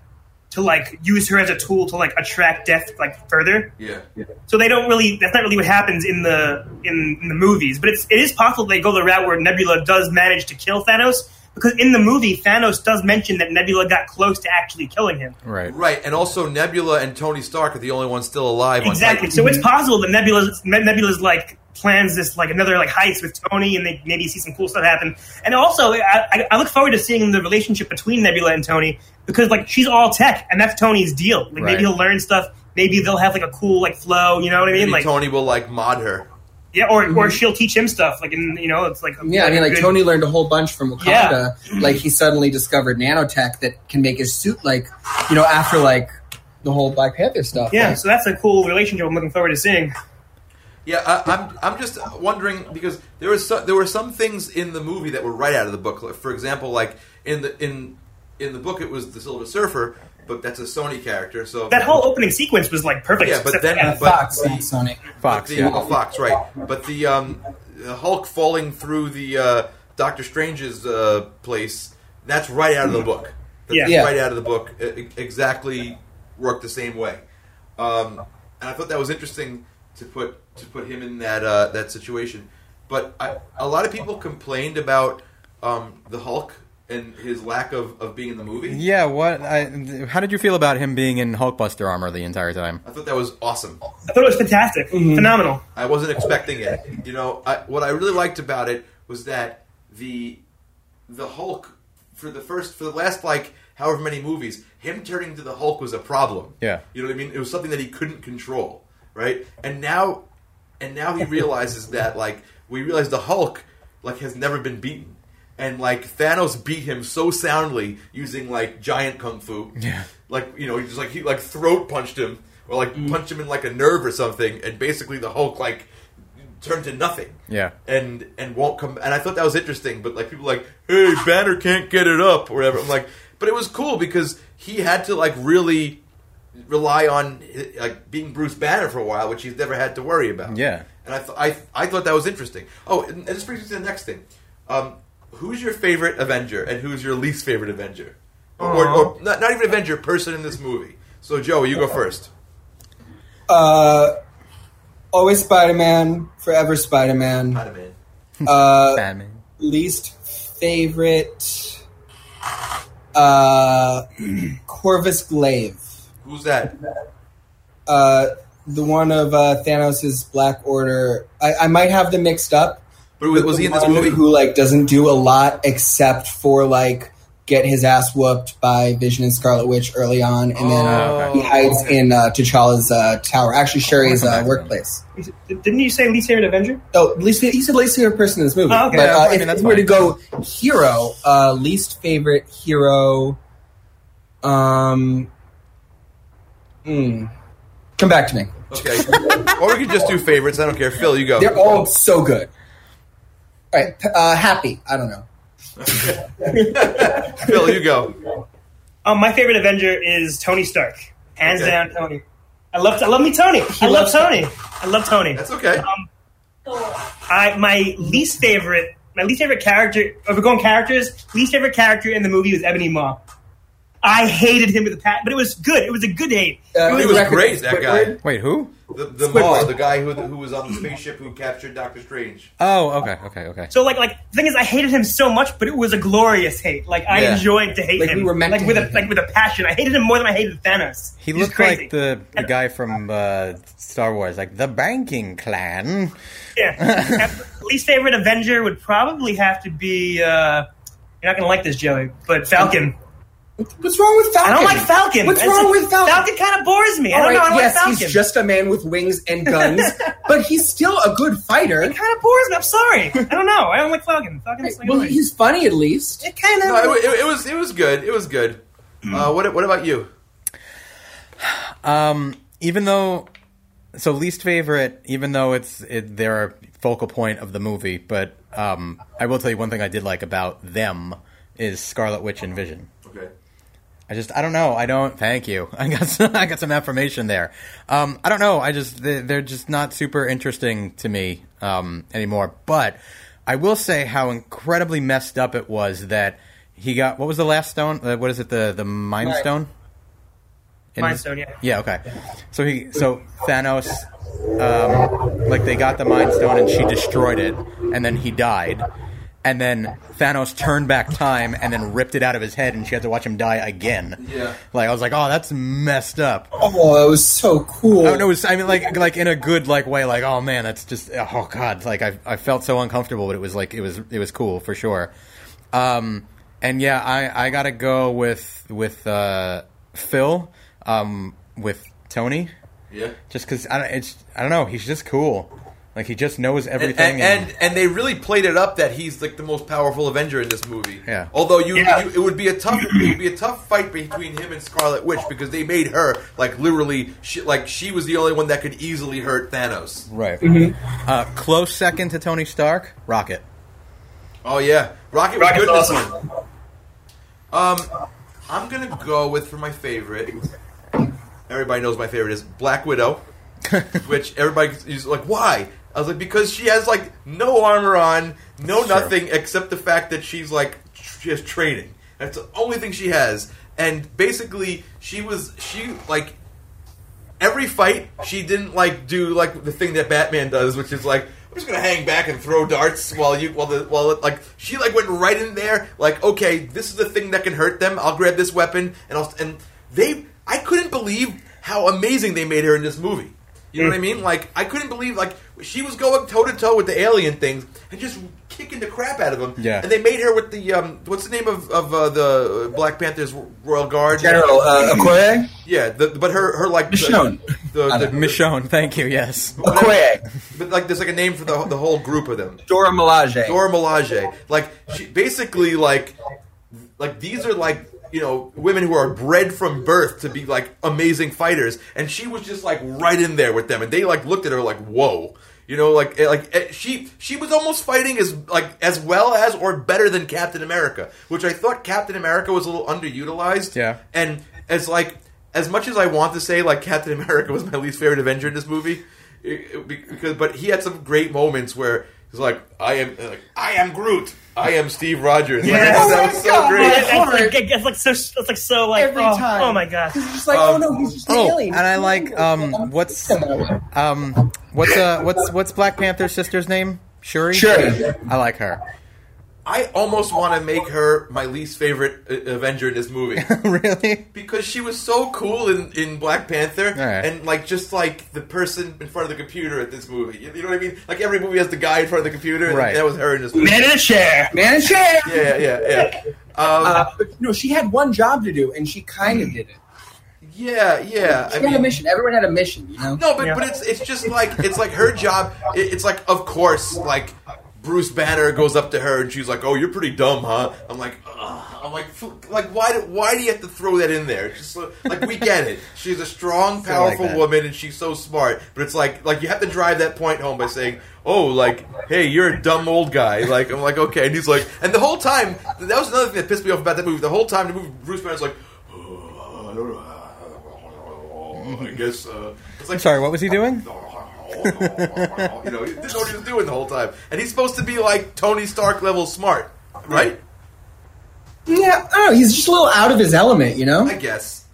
Speaker 5: to like use her as a tool to like attract death like further
Speaker 2: Yeah.
Speaker 5: so they don't really that's not really what happens in the in, in the movies but it's it is possible they go the route where nebula does manage to kill thanos because in the movie thanos does mention that nebula got close to actually killing him
Speaker 3: right
Speaker 2: Right, and also Nebula and Tony Stark are the only ones still alive.
Speaker 5: Exactly.
Speaker 2: On
Speaker 5: So it's possible that Nebula's Ne- Nebula's like plans this like another like heist with Tony, and they maybe see some cool stuff happen. And also, I, I- I look forward to seeing the relationship between Nebula and Tony because like she's all tech, and that's Tony's deal. Like
Speaker 3: Right.
Speaker 5: maybe he'll learn stuff. Maybe they'll have like a cool like flow. You know what I mean?
Speaker 2: Maybe
Speaker 5: Like
Speaker 2: Tony will like mod her.
Speaker 5: yeah, or or she'll teach him stuff. Like and you know, it's like
Speaker 6: Mm-hmm. Yeah, I mean, like
Speaker 5: good-
Speaker 6: Tony learned a whole bunch from Wakanda. Like he suddenly discovered nanotech that can make his suit like, you know, after like the whole Black Panther stuff.
Speaker 5: Yeah,
Speaker 6: Like,
Speaker 5: so that's a cool relationship. I'm looking forward to seeing.
Speaker 2: Yeah, I, I'm. I'm just wondering because there was so, there were some things in the movie that were right out of the book. Like, For example, like in the in in the book, it was the Silver Surfer, but that's a Sony character. So
Speaker 5: That whole opening sequence was like perfect.
Speaker 2: Yeah, but
Speaker 5: except
Speaker 2: then-
Speaker 5: for that.
Speaker 2: but-
Speaker 6: Fox, not Sony.
Speaker 3: fox
Speaker 2: the,
Speaker 3: yeah
Speaker 2: oh, Fox, right? But the um, the Hulk falling through the uh, Doctor Strange's uh, place—that's right out of the book. That's
Speaker 5: Yeah.
Speaker 6: Yeah.
Speaker 2: right out of the book. e- e- Exactly, worked the same way. Um, and I thought that was interesting to put to put him in that uh, that situation. But I, a lot of people complained about um, the Hulk and his lack of, of being in the movie.
Speaker 3: yeah what I, how did you feel about him being in hulkbuster armor the entire time
Speaker 2: I thought that was awesome.
Speaker 5: I thought it was fantastic,
Speaker 6: Mm-hmm.
Speaker 5: phenomenal.
Speaker 2: I wasn't expecting it. You know, I, what I really liked about it was that the the Hulk for the first for the last like however many movies, him turning into the Hulk was a problem.
Speaker 3: Yeah.
Speaker 2: you know what I mean. It was something that he couldn't control, right? And now, and now he realizes that like we realize the Hulk like has never been beaten. And like Thanos beat him so soundly using like giant kung fu, yeah. Like you know, he just like he like throat punched him or like
Speaker 3: Mm.
Speaker 2: punched him in like a nerve or something, and basically the Hulk like turned to nothing
Speaker 3: yeah
Speaker 2: and and won't come. And I thought that was interesting, but like people were like, hey, Banner can't get it up or whatever. I'm like, but it was cool because he had to like really rely on like being Bruce Banner for a while, which he's never had to worry about.
Speaker 3: Yeah.
Speaker 2: and I th- I I thought that was interesting. Oh, and, and this brings me to the next thing. Um, who's your favorite Avenger and who's your least favorite Avenger, or, or, or not, not even Avenger person in this movie? So Joe, you go first.
Speaker 6: Uh, always Spider Man, forever Spider Man.
Speaker 2: Spider-Man.
Speaker 6: Uh,
Speaker 3: batman
Speaker 6: least favorite, uh, Corvus Glaive.
Speaker 2: Who's that?
Speaker 6: uh, the one of uh, Thanos' Black Order. I, I might have them mixed up.
Speaker 2: But was,
Speaker 6: with
Speaker 2: was
Speaker 6: the
Speaker 2: he in this
Speaker 6: one
Speaker 2: movie?
Speaker 6: Who like doesn't do a lot except for like get his ass whooped by Vision and Scarlet Witch early on, and then
Speaker 2: Oh.
Speaker 6: he hides in uh, T'Challa's uh, tower. Actually, Shuri's uh, workworkplace.
Speaker 5: Didn't you say least favorite Avenger?
Speaker 6: Oh, least he's the least favorite person in this movie.
Speaker 5: Oh, okay.
Speaker 6: But
Speaker 3: Yeah,
Speaker 6: uh,
Speaker 3: I mean,
Speaker 6: if
Speaker 3: that's
Speaker 6: you were to
Speaker 3: fine.
Speaker 6: go hero, uh, least favorite hero, um, hmm. come back to me.
Speaker 2: Okay. or we could just do favorites. I don't care. Phil, you go.
Speaker 6: They're all so good. All right, p- uh, happy. I don't know.
Speaker 2: Phil, you go.
Speaker 5: Um, my favorite Avenger is Tony Stark. Hands
Speaker 2: Okay.
Speaker 5: down, Tony. I love I love me Tony. I love
Speaker 6: loves
Speaker 5: Tony. I love Tony.
Speaker 2: That's okay.
Speaker 5: Um, I my least favorite my least favorite character if we're going characters, least favorite character in the movie was Ebony Maw. I hated him with a pat, but it was good. It was a good hate.
Speaker 6: Uh,
Speaker 2: He was great, that guy.
Speaker 3: Wait, who?
Speaker 2: The, the Maw, the guy who, who was on the spaceship who captured Doctor Strange.
Speaker 3: Oh, okay, okay, okay.
Speaker 5: So like like the thing is I hated him so much, but it was a glorious hate. Like I
Speaker 2: Yeah.
Speaker 5: enjoyed to hate
Speaker 6: Like,
Speaker 5: him.
Speaker 6: we were meant
Speaker 5: like
Speaker 6: to
Speaker 5: with
Speaker 6: hate
Speaker 5: a
Speaker 6: him.
Speaker 5: like with a passion. I hated him more than I hated Thanos.
Speaker 3: He
Speaker 5: It was
Speaker 3: looked
Speaker 5: crazy.
Speaker 3: like the, the guy from uh, Star Wars, like the banking clan.
Speaker 5: Yeah. And least favorite Avenger would probably have to be. Uh, you're not going to like this, Joey, but Falcon.
Speaker 6: What's wrong with Falcon?
Speaker 5: I don't like Falcon.
Speaker 6: What's
Speaker 5: That's-
Speaker 6: wrong with Falcon?
Speaker 5: Falcon kind of bores me. I
Speaker 6: All
Speaker 5: don't
Speaker 6: right,
Speaker 5: know. I don't
Speaker 6: yes,
Speaker 5: like Falcon.
Speaker 6: he's just a man with wings and guns, but he's still a good fighter.
Speaker 5: kind of bores me. I'm sorry. I don't know. I don't like Falcon. Falcon's like,
Speaker 6: Well, he's funny at least.
Speaker 5: it kind of.
Speaker 2: No, it, it, it was it was good. It was good. Uh, what what about you?
Speaker 3: Um, even though, so least favorite, even though it's it, they're a focal point of the movie, but um, I will tell you one thing I did like about them is Scarlet Witch and Vision.
Speaker 2: Okay.
Speaker 3: I just I don't know. I don't. Thank you. I got some, I got some affirmation there. Um, I don't know. I just they, they're just not super interesting to me um, anymore. But I will say how incredibly messed up it was that he got what was the last stone? Uh, what is it? The the mind
Speaker 6: Right.
Speaker 3: stone. In
Speaker 5: Mind
Speaker 3: his-
Speaker 5: Stone, yeah.
Speaker 3: Yeah. Okay. So he so Thanos. Um, like they got the mind stone and she destroyed it, and then he died. And then Thanos turned back time and then ripped it out of his head, and she had to watch him die again.
Speaker 2: Yeah.
Speaker 3: Like I was like, oh, that's messed up.
Speaker 6: Oh, it was so cool.
Speaker 3: I don't know. It was, I mean, like, like in a good like way. Like, oh man, that's just oh god. Like I, I felt so uncomfortable, but it was like it was it was cool for sure. Um, and yeah, I I gotta go with with uh, Phil, um, with Tony,
Speaker 2: Yeah.
Speaker 3: just because I don't it's I don't know. He's just cool. Like he just knows
Speaker 2: And,
Speaker 3: everything.
Speaker 2: and, and and they really played it up that he's like the most powerful Avenger in this movie.
Speaker 3: Yeah.
Speaker 2: Although you,
Speaker 5: Yeah.
Speaker 2: you it would be a tough it would be a tough fight between him and Scarlet Witch because they made her like literally she, like she was the only one that could easily hurt Thanos.
Speaker 3: right. Uh, close second to Tony Stark, Rocket.
Speaker 2: Oh yeah, Rocket was
Speaker 5: Rocket's
Speaker 2: good this
Speaker 5: awesome.
Speaker 2: one. Um, I'm gonna go with for my favorite. Everybody knows my favorite is Black Widow, which everybody is like, why? I was like, because she has like no armor on, no nothing except the fact that she's like she has training. That's the only thing she has, and basically she was she like every fight she didn't like do like the thing that Batman does, which is like I'm just gonna hang back and throw darts while you while the while like she like went right in there like okay this is the thing that can hurt them I'll grab this weapon and I'll and they I couldn't believe how amazing they made her in this movie. You know what I mean? Like I couldn't believe like she was going toe to toe with the alien things and just kicking the crap out of them.
Speaker 3: Yeah.
Speaker 2: And they made her with the um what's the name of of uh, the Black Panther's royal guard
Speaker 6: General uh, Okoye.
Speaker 2: Yeah, the, but her her like the-
Speaker 6: Michonne.
Speaker 2: The, the,
Speaker 3: Michonne, thank you. Yes.
Speaker 6: Okoye.
Speaker 2: but like, there's like a name for the the whole group of them.
Speaker 6: Dora Milaje.
Speaker 2: Dora Milaje. Like, she, basically, like, like these are like you know women who are bred from birth to be like amazing fighters, and she was just like right in there with them, and they like looked at her like, whoa. You know, like eh, like eh, she she was almost fighting as like as well as or better than Captain America, which I thought Captain America was a little underutilized.
Speaker 3: Yeah.
Speaker 2: and as like as much as I want to say like Captain America was my least favorite Avenger in this movie, it- it- because but he had some great moments where he's like, I am like I am Groot, I am Steve Rogers. Like,
Speaker 5: Yes.
Speaker 2: I thought that
Speaker 6: Oh my
Speaker 2: was
Speaker 6: God.
Speaker 2: so great.
Speaker 5: That's, that's like, it's like so. It's like so. Like
Speaker 6: Every
Speaker 5: oh,
Speaker 6: time.
Speaker 5: oh my god.
Speaker 6: It's just like, oh no, he's just an
Speaker 3: Oh,
Speaker 6: alien.
Speaker 3: and I like um, what's um, what's uh, what's what's Black Panther's sister's name? Shuri.
Speaker 6: Shuri.
Speaker 3: I like her.
Speaker 2: I almost want to make her my least favorite uh, Avenger in this movie
Speaker 3: really?
Speaker 2: because she was so cool in, in Black Panther
Speaker 3: right.
Speaker 2: and like just like the person in front of the computer at this movie. You, you know what I mean? Like every movie has the guy in front of the computer, and
Speaker 3: Right.
Speaker 2: that was her in this movie.
Speaker 5: Man in a chair.
Speaker 6: Man and share.
Speaker 2: Yeah, yeah, yeah. Um,
Speaker 6: Uh, but, no, she had one job to do, and she kind of did it.
Speaker 2: yeah, yeah.
Speaker 6: She had a mission. Everyone had a mission, you know.
Speaker 2: No, but,
Speaker 5: Yeah.
Speaker 2: but it's it's just like it's like her job. It, it's like of course, like Bruce Banner goes up to her and she's like, "Oh, you're pretty dumb, huh?" I'm like, Ugh. I'm like, "F- like why do, why do you have to throw that in there? It's just like- like we get it. She's a strong,
Speaker 3: I like
Speaker 2: powerful
Speaker 3: that.
Speaker 2: woman and she's so smart. But it's like like you have to drive that point home by saying, "Oh, like hey, you're a dumb old guy." Like I'm like, okay, and he's like, and the whole time that was another thing that pissed me off about that movie. The whole time the movie, Bruce Banner's like. "Oh, I don't know. I guess uh, it's like
Speaker 3: I'm sorry, what was he doing?
Speaker 2: you know, he didn't know what he was doing the whole time. And he's supposed to be like Tony Stark level smart, right?
Speaker 6: Yeah, I don't know. He's just a little out of his element, you know.
Speaker 2: I guess.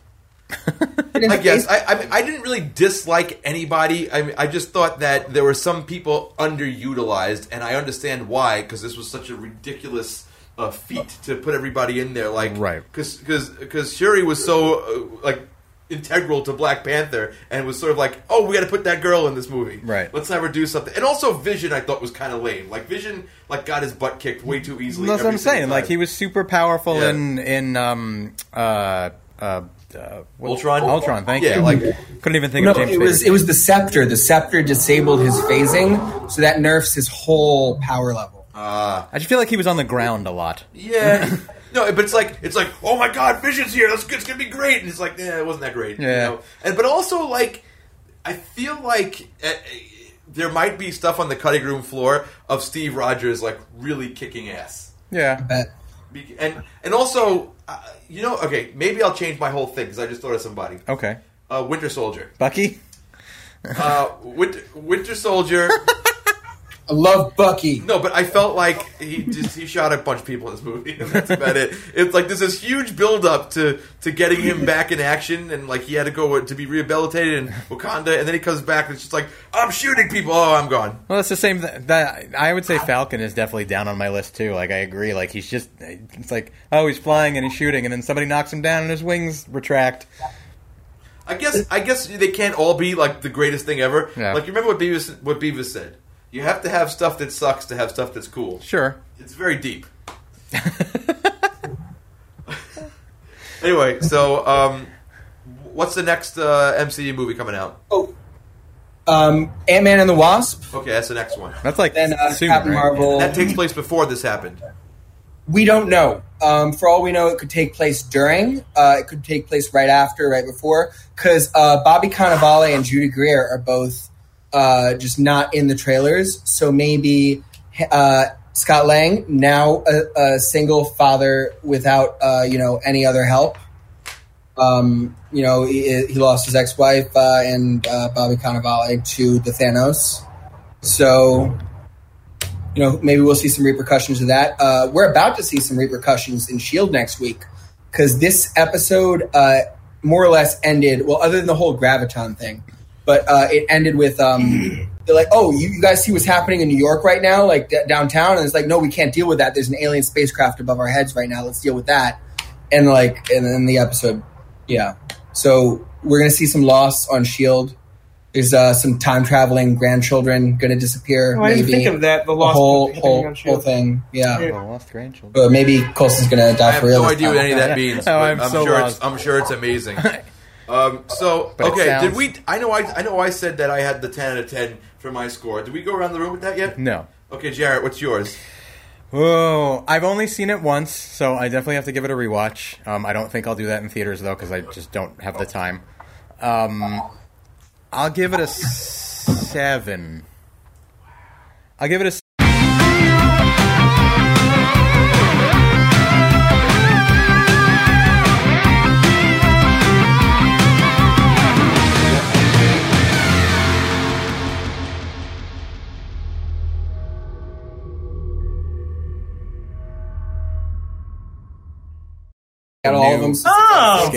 Speaker 6: But in
Speaker 2: I
Speaker 6: the
Speaker 2: guess.
Speaker 6: face-
Speaker 2: I, I, I didn't really dislike anybody. I, mean, I just thought that there were some people underutilized, and I understand why, because this was such a ridiculous uh, feat to put everybody in there. Like,
Speaker 3: Right.
Speaker 2: Because Shuri was so, uh, like, integral to Black Panther and was sort of like, oh, we got to put that girl in this movie.
Speaker 3: Right.
Speaker 2: Let's have her do something. And also, Vision, I thought was kind of lame. Like, Vision, like, got his butt kicked way too easily.
Speaker 3: That's what
Speaker 2: every
Speaker 3: I'm
Speaker 2: single
Speaker 3: saying. Like
Speaker 2: time.
Speaker 3: he was super powerful
Speaker 2: Yeah.
Speaker 3: in in um uh uh. uh what-
Speaker 2: Ultron?
Speaker 3: Ultron, thank
Speaker 2: Yeah,
Speaker 3: you.
Speaker 2: like-
Speaker 3: couldn't even think
Speaker 6: No,
Speaker 3: of James.
Speaker 6: it was
Speaker 3: Spader.
Speaker 6: it was the scepter. The scepter disabled his phasing, so that nerfs his whole power level.
Speaker 3: Oh. I just feel like he was on the ground a lot.
Speaker 2: Yeah. No, but it's like it's like oh my god, Vision's here. That's good. It's gonna be great. And it's like yeah, it wasn't that great.
Speaker 3: Yeah.
Speaker 2: You know? And but also like I feel like uh, uh, there might be stuff on the cutting room floor of Steve Rogers like really kicking ass.
Speaker 3: Yeah,
Speaker 6: But
Speaker 2: Be- And and also uh, you know okay maybe I'll change my whole thing because I just thought of somebody.
Speaker 3: okay.
Speaker 2: Uh, Winter Soldier.
Speaker 3: Bucky,
Speaker 2: Uh, Winter, Winter Soldier.
Speaker 6: I love Bucky.
Speaker 2: No, but I felt like he just he shot a bunch of people in this movie, and that's about it. It's like there's this huge build up to to getting him back in action, and like he had to go to be rehabilitated in Wakanda, and then he comes back and it's just like I'm shooting people. Oh, I'm gone.
Speaker 3: Well, that's the same. Th- that I would say Falcon is definitely down on my list too. Like I agree. Like he's just it's like oh he's flying and he's shooting and then somebody knocks him down and his wings retract.
Speaker 2: I guess I guess they can't all be like the greatest thing ever.
Speaker 3: Yeah.
Speaker 2: Like you remember what Beavis what Beavis said? You have to have stuff that sucks to have stuff that's cool.
Speaker 3: Sure.
Speaker 2: It's very deep. anyway, so um, what's the next uh, MCU movie coming out?
Speaker 6: Oh, um, Ant Man and the Wasp.
Speaker 2: Okay, that's the next one.
Speaker 3: That's like
Speaker 6: Then uh,
Speaker 3: soon,
Speaker 6: Captain
Speaker 3: right?
Speaker 6: Marvel.
Speaker 2: That takes place before this happened.
Speaker 6: We don't know. Um, for all we know, it could take place during. Uh, it could take place right after, right before, because uh, Bobby Cannavale and Judy Greer are both uh, just not in the trailers. So maybe uh, Scott Lang, now a, a single father without uh, you know any other help. Um, you know, he, he lost his ex-wife uh, and uh, Bobby Cannavale to the Thanos. So you know, maybe we'll see some repercussions of that. Uh, we're about to see some repercussions in Shield E next week because this episode uh, more or less ended. Well, other than the whole graviton thing, but uh, it ended with um, they're like, "Oh, you, you guys see what's happening in New York right now, like d- downtown?" And it's like, "No, we can't deal with that. There's an alien spacecraft above our heads right now. Let's deal with that." And like, and then the episode, yeah. So we're gonna see some loss on Shield. E There's uh, some time traveling grandchildren going to disappear.
Speaker 5: Oh, I didn't
Speaker 6: maybe
Speaker 5: think of that. The
Speaker 6: the
Speaker 5: lost
Speaker 6: whole
Speaker 5: happening
Speaker 6: whole,
Speaker 5: on
Speaker 6: whole
Speaker 5: Shield.
Speaker 6: thing. Yeah.
Speaker 5: Yeah.
Speaker 3: Oh, lost grandchildren.
Speaker 6: But maybe Colson's gonna die
Speaker 2: I have
Speaker 6: for real.
Speaker 2: no
Speaker 6: this
Speaker 2: idea
Speaker 6: time.
Speaker 2: what any of that means. but
Speaker 3: Oh, I'm so
Speaker 2: sure
Speaker 3: lost.
Speaker 2: It's, I'm sure it's amazing. Um, so
Speaker 3: But it
Speaker 2: okay,
Speaker 3: sounds-
Speaker 2: did we? I know I I know I said that I had the ten out of ten for my score. Did we go around the room with that yet?
Speaker 3: No.
Speaker 2: Okay, Jarrett, what's yours?
Speaker 3: Oh, I've only seen it once, so I definitely have to give it a rewatch. Um, I don't think I'll do that in theaters though, because I just don't have the time. Um, I'll give it a seven. I'll give it a. s-
Speaker 6: Got all of them.
Speaker 3: Scale.
Speaker 5: Oh, I like that. That's
Speaker 2: Oh,
Speaker 5: nice.
Speaker 2: Ah,
Speaker 5: Oh,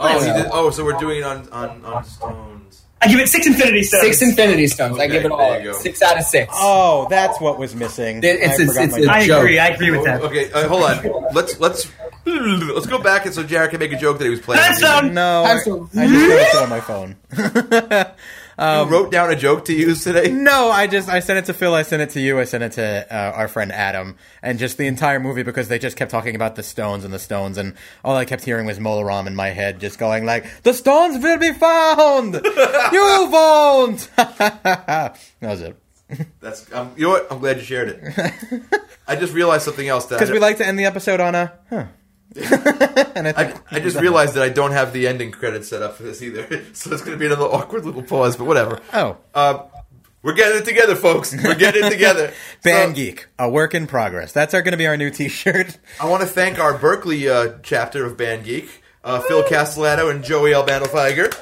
Speaker 2: Oh. he did, oh, so we're doing it on on, on stones.
Speaker 5: I give it six Infinity Stones.
Speaker 6: Six Infinity Stones. I
Speaker 2: Okay,
Speaker 6: give it
Speaker 2: there you go.
Speaker 6: all
Speaker 2: Ah,
Speaker 6: six out of six.
Speaker 3: Oh, that's what was missing.
Speaker 6: It- it's-
Speaker 3: I
Speaker 6: it's-
Speaker 3: forgot
Speaker 6: it's-
Speaker 3: my-
Speaker 6: it's-
Speaker 5: I
Speaker 6: joke.
Speaker 5: agree. I agree with that.
Speaker 2: Okay, uh, hold on. Let's let's let's go back and so Jared can make a joke that he was playing.
Speaker 5: That's um,
Speaker 3: no, I, I
Speaker 6: I'm
Speaker 3: just
Speaker 6: so-
Speaker 3: noticed it on my phone.
Speaker 2: You wrote down a joke to use today.
Speaker 3: No, I just I sent it to Phil. I sent it to you. I sent it to uh, our friend Adam, and just the entire movie because they just kept talking about the Stones and the Stones, and all I kept hearing was Molaram in my head, just going like, "The Stones will be found. you won't." that was it.
Speaker 2: That's um, you know what? I'm glad you shared it. I just realized something else that
Speaker 3: Because we like to end the episode on a huh. and I
Speaker 2: I,
Speaker 3: think
Speaker 2: I just realized that I don't have the ending credits set up for this either, so it's going to be another awkward little pause. But whatever.
Speaker 3: oh,
Speaker 2: Um, we're getting it together, folks. We're getting it together.
Speaker 3: Band
Speaker 2: So-
Speaker 3: Geek, a work in progress. That's our going to be our new T-shirt.
Speaker 2: I want to thank our Berkeley uh, chapter of Band Geek, uh, Phil Castellato and Joey Albano Feiger.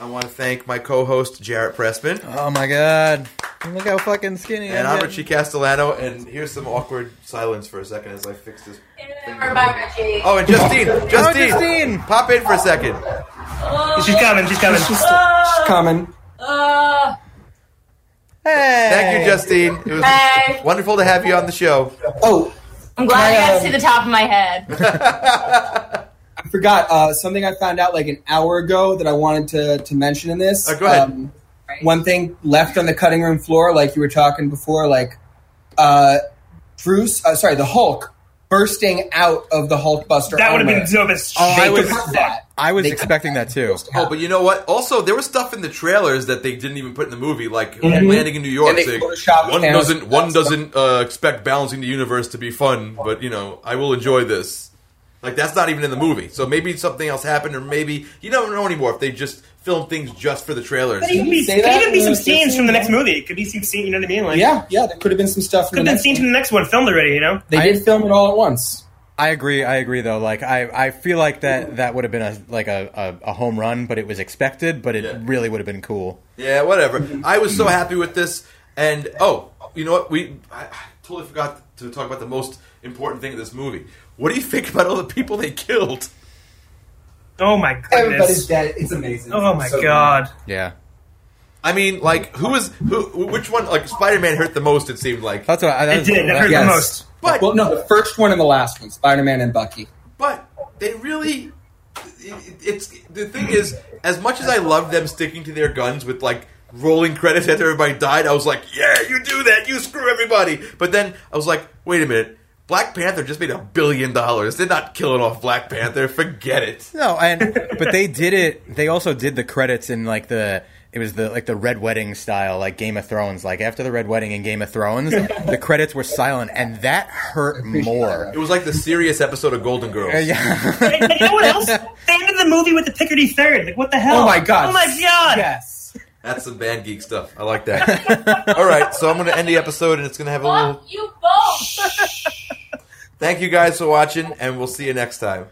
Speaker 2: I want to thank my co-host Jarrett Pressman
Speaker 3: Oh my god! Look how fucking skinny
Speaker 2: and
Speaker 3: I'm
Speaker 2: I'm
Speaker 3: getting.
Speaker 2: Richie Castellato. And here's some awkward silence for a second as I fix this.
Speaker 7: Bye, Richie.
Speaker 2: Oh, and Justine,
Speaker 3: Oh,
Speaker 2: Justine,
Speaker 3: Justine!
Speaker 2: pop in for a second.
Speaker 5: Oh, she's coming. She's coming. Ah.
Speaker 6: It's common.
Speaker 7: Uh,
Speaker 3: Hey!
Speaker 2: Thank you, Justine. It was
Speaker 7: Hey.
Speaker 2: wonderful to have you on the show.
Speaker 6: Oh,
Speaker 7: I'm glad I got
Speaker 6: um,
Speaker 7: to see the top of my head.
Speaker 6: I forgot uh, something I found out like an hour ago that I wanted to, to mention in this. Um,
Speaker 2: Oh, go ahead.
Speaker 6: one thing left on the cutting room floor, like you were talking before, like uh, Bruce, uh, sorry, the Hulk bursting out of the Hulkbuster.
Speaker 5: That would have
Speaker 6: armor.
Speaker 5: been dope as shit.
Speaker 3: Oh, I
Speaker 6: They
Speaker 3: was-
Speaker 6: cut that.
Speaker 3: I was
Speaker 6: They cut
Speaker 3: expecting that too.
Speaker 2: Oh, but you know what? Also, there was stuff in the trailers that they didn't even put in the movie, like landing in New York.
Speaker 6: Mm-hmm. And they
Speaker 2: saying,
Speaker 6: photoshopped
Speaker 2: one
Speaker 6: Thanos
Speaker 2: doesn't
Speaker 6: and
Speaker 2: one
Speaker 6: stuff.
Speaker 2: doesn't uh, expect balancing the universe to be fun, but you know, I will enjoy this. Like that's not even in the movie, so maybe something else happened, or maybe you don't know anymore if they just film things just for the trailers.
Speaker 5: Could even be,
Speaker 6: say
Speaker 5: could
Speaker 6: that?
Speaker 5: even be some
Speaker 6: Uh,
Speaker 5: scenes from the next
Speaker 6: yeah.
Speaker 5: movie. Could be some scene. You know what I mean? Like
Speaker 6: Yeah, yeah, there could have been some stuff.
Speaker 5: Could
Speaker 6: in
Speaker 5: have
Speaker 6: the
Speaker 5: been
Speaker 6: next
Speaker 5: scenes
Speaker 6: one.
Speaker 5: from the next one filmed already. You know.
Speaker 6: They did film it all at once.
Speaker 3: I agree. I agree, though. Like, I, I feel like that that would have been a like a, a, a home run, but it was expected. But it
Speaker 2: Yeah.
Speaker 3: really would have been cool.
Speaker 2: Yeah, whatever. I was so happy with this, and oh, you know what? We I, I totally forgot to talk about the most important thing of this movie. What do you think about all the people they killed?
Speaker 5: Oh my goodness.
Speaker 6: Everybody's dead. It's amazing.
Speaker 5: Oh my
Speaker 6: So good.
Speaker 5: god.
Speaker 3: Yeah,
Speaker 2: I mean, like, who is who? Which one? Like, Spider Man hurt the most. It seemed like,
Speaker 3: that's what I that
Speaker 5: It
Speaker 3: was-
Speaker 5: did. It hurt
Speaker 6: Yes.
Speaker 5: the most.
Speaker 2: but
Speaker 6: Well, no, the first one and the last one, Spider-Man and Bucky.
Speaker 2: but they really. it- It's the thing is, as much as I love them sticking to their guns with like rolling credits after everybody died, I was like, yeah, you do that, you screw everybody. But then I was like, wait a minute, Black Panther just made a billion dollars. They're not killing off Black Panther. Forget it.
Speaker 3: No, and but they did it. They also did the credits in like the it was the like the red wedding style, like Game of Thrones. Like after the red wedding in Game of Thrones, the credits were silent, and that hurt more.
Speaker 2: It was like the serious episode of Golden Girls.
Speaker 3: Yeah,
Speaker 5: And- and you know what else? They ended the movie with the Picardy third. Like what the hell?
Speaker 6: Oh my God.
Speaker 5: Oh my god.
Speaker 6: Yes.
Speaker 2: That's some band geek stuff. I like that. All right, so I'm going to end the episode, and it's going to have a little
Speaker 7: Fuck you both.
Speaker 2: Thank you guys for watching, and we'll see you next time.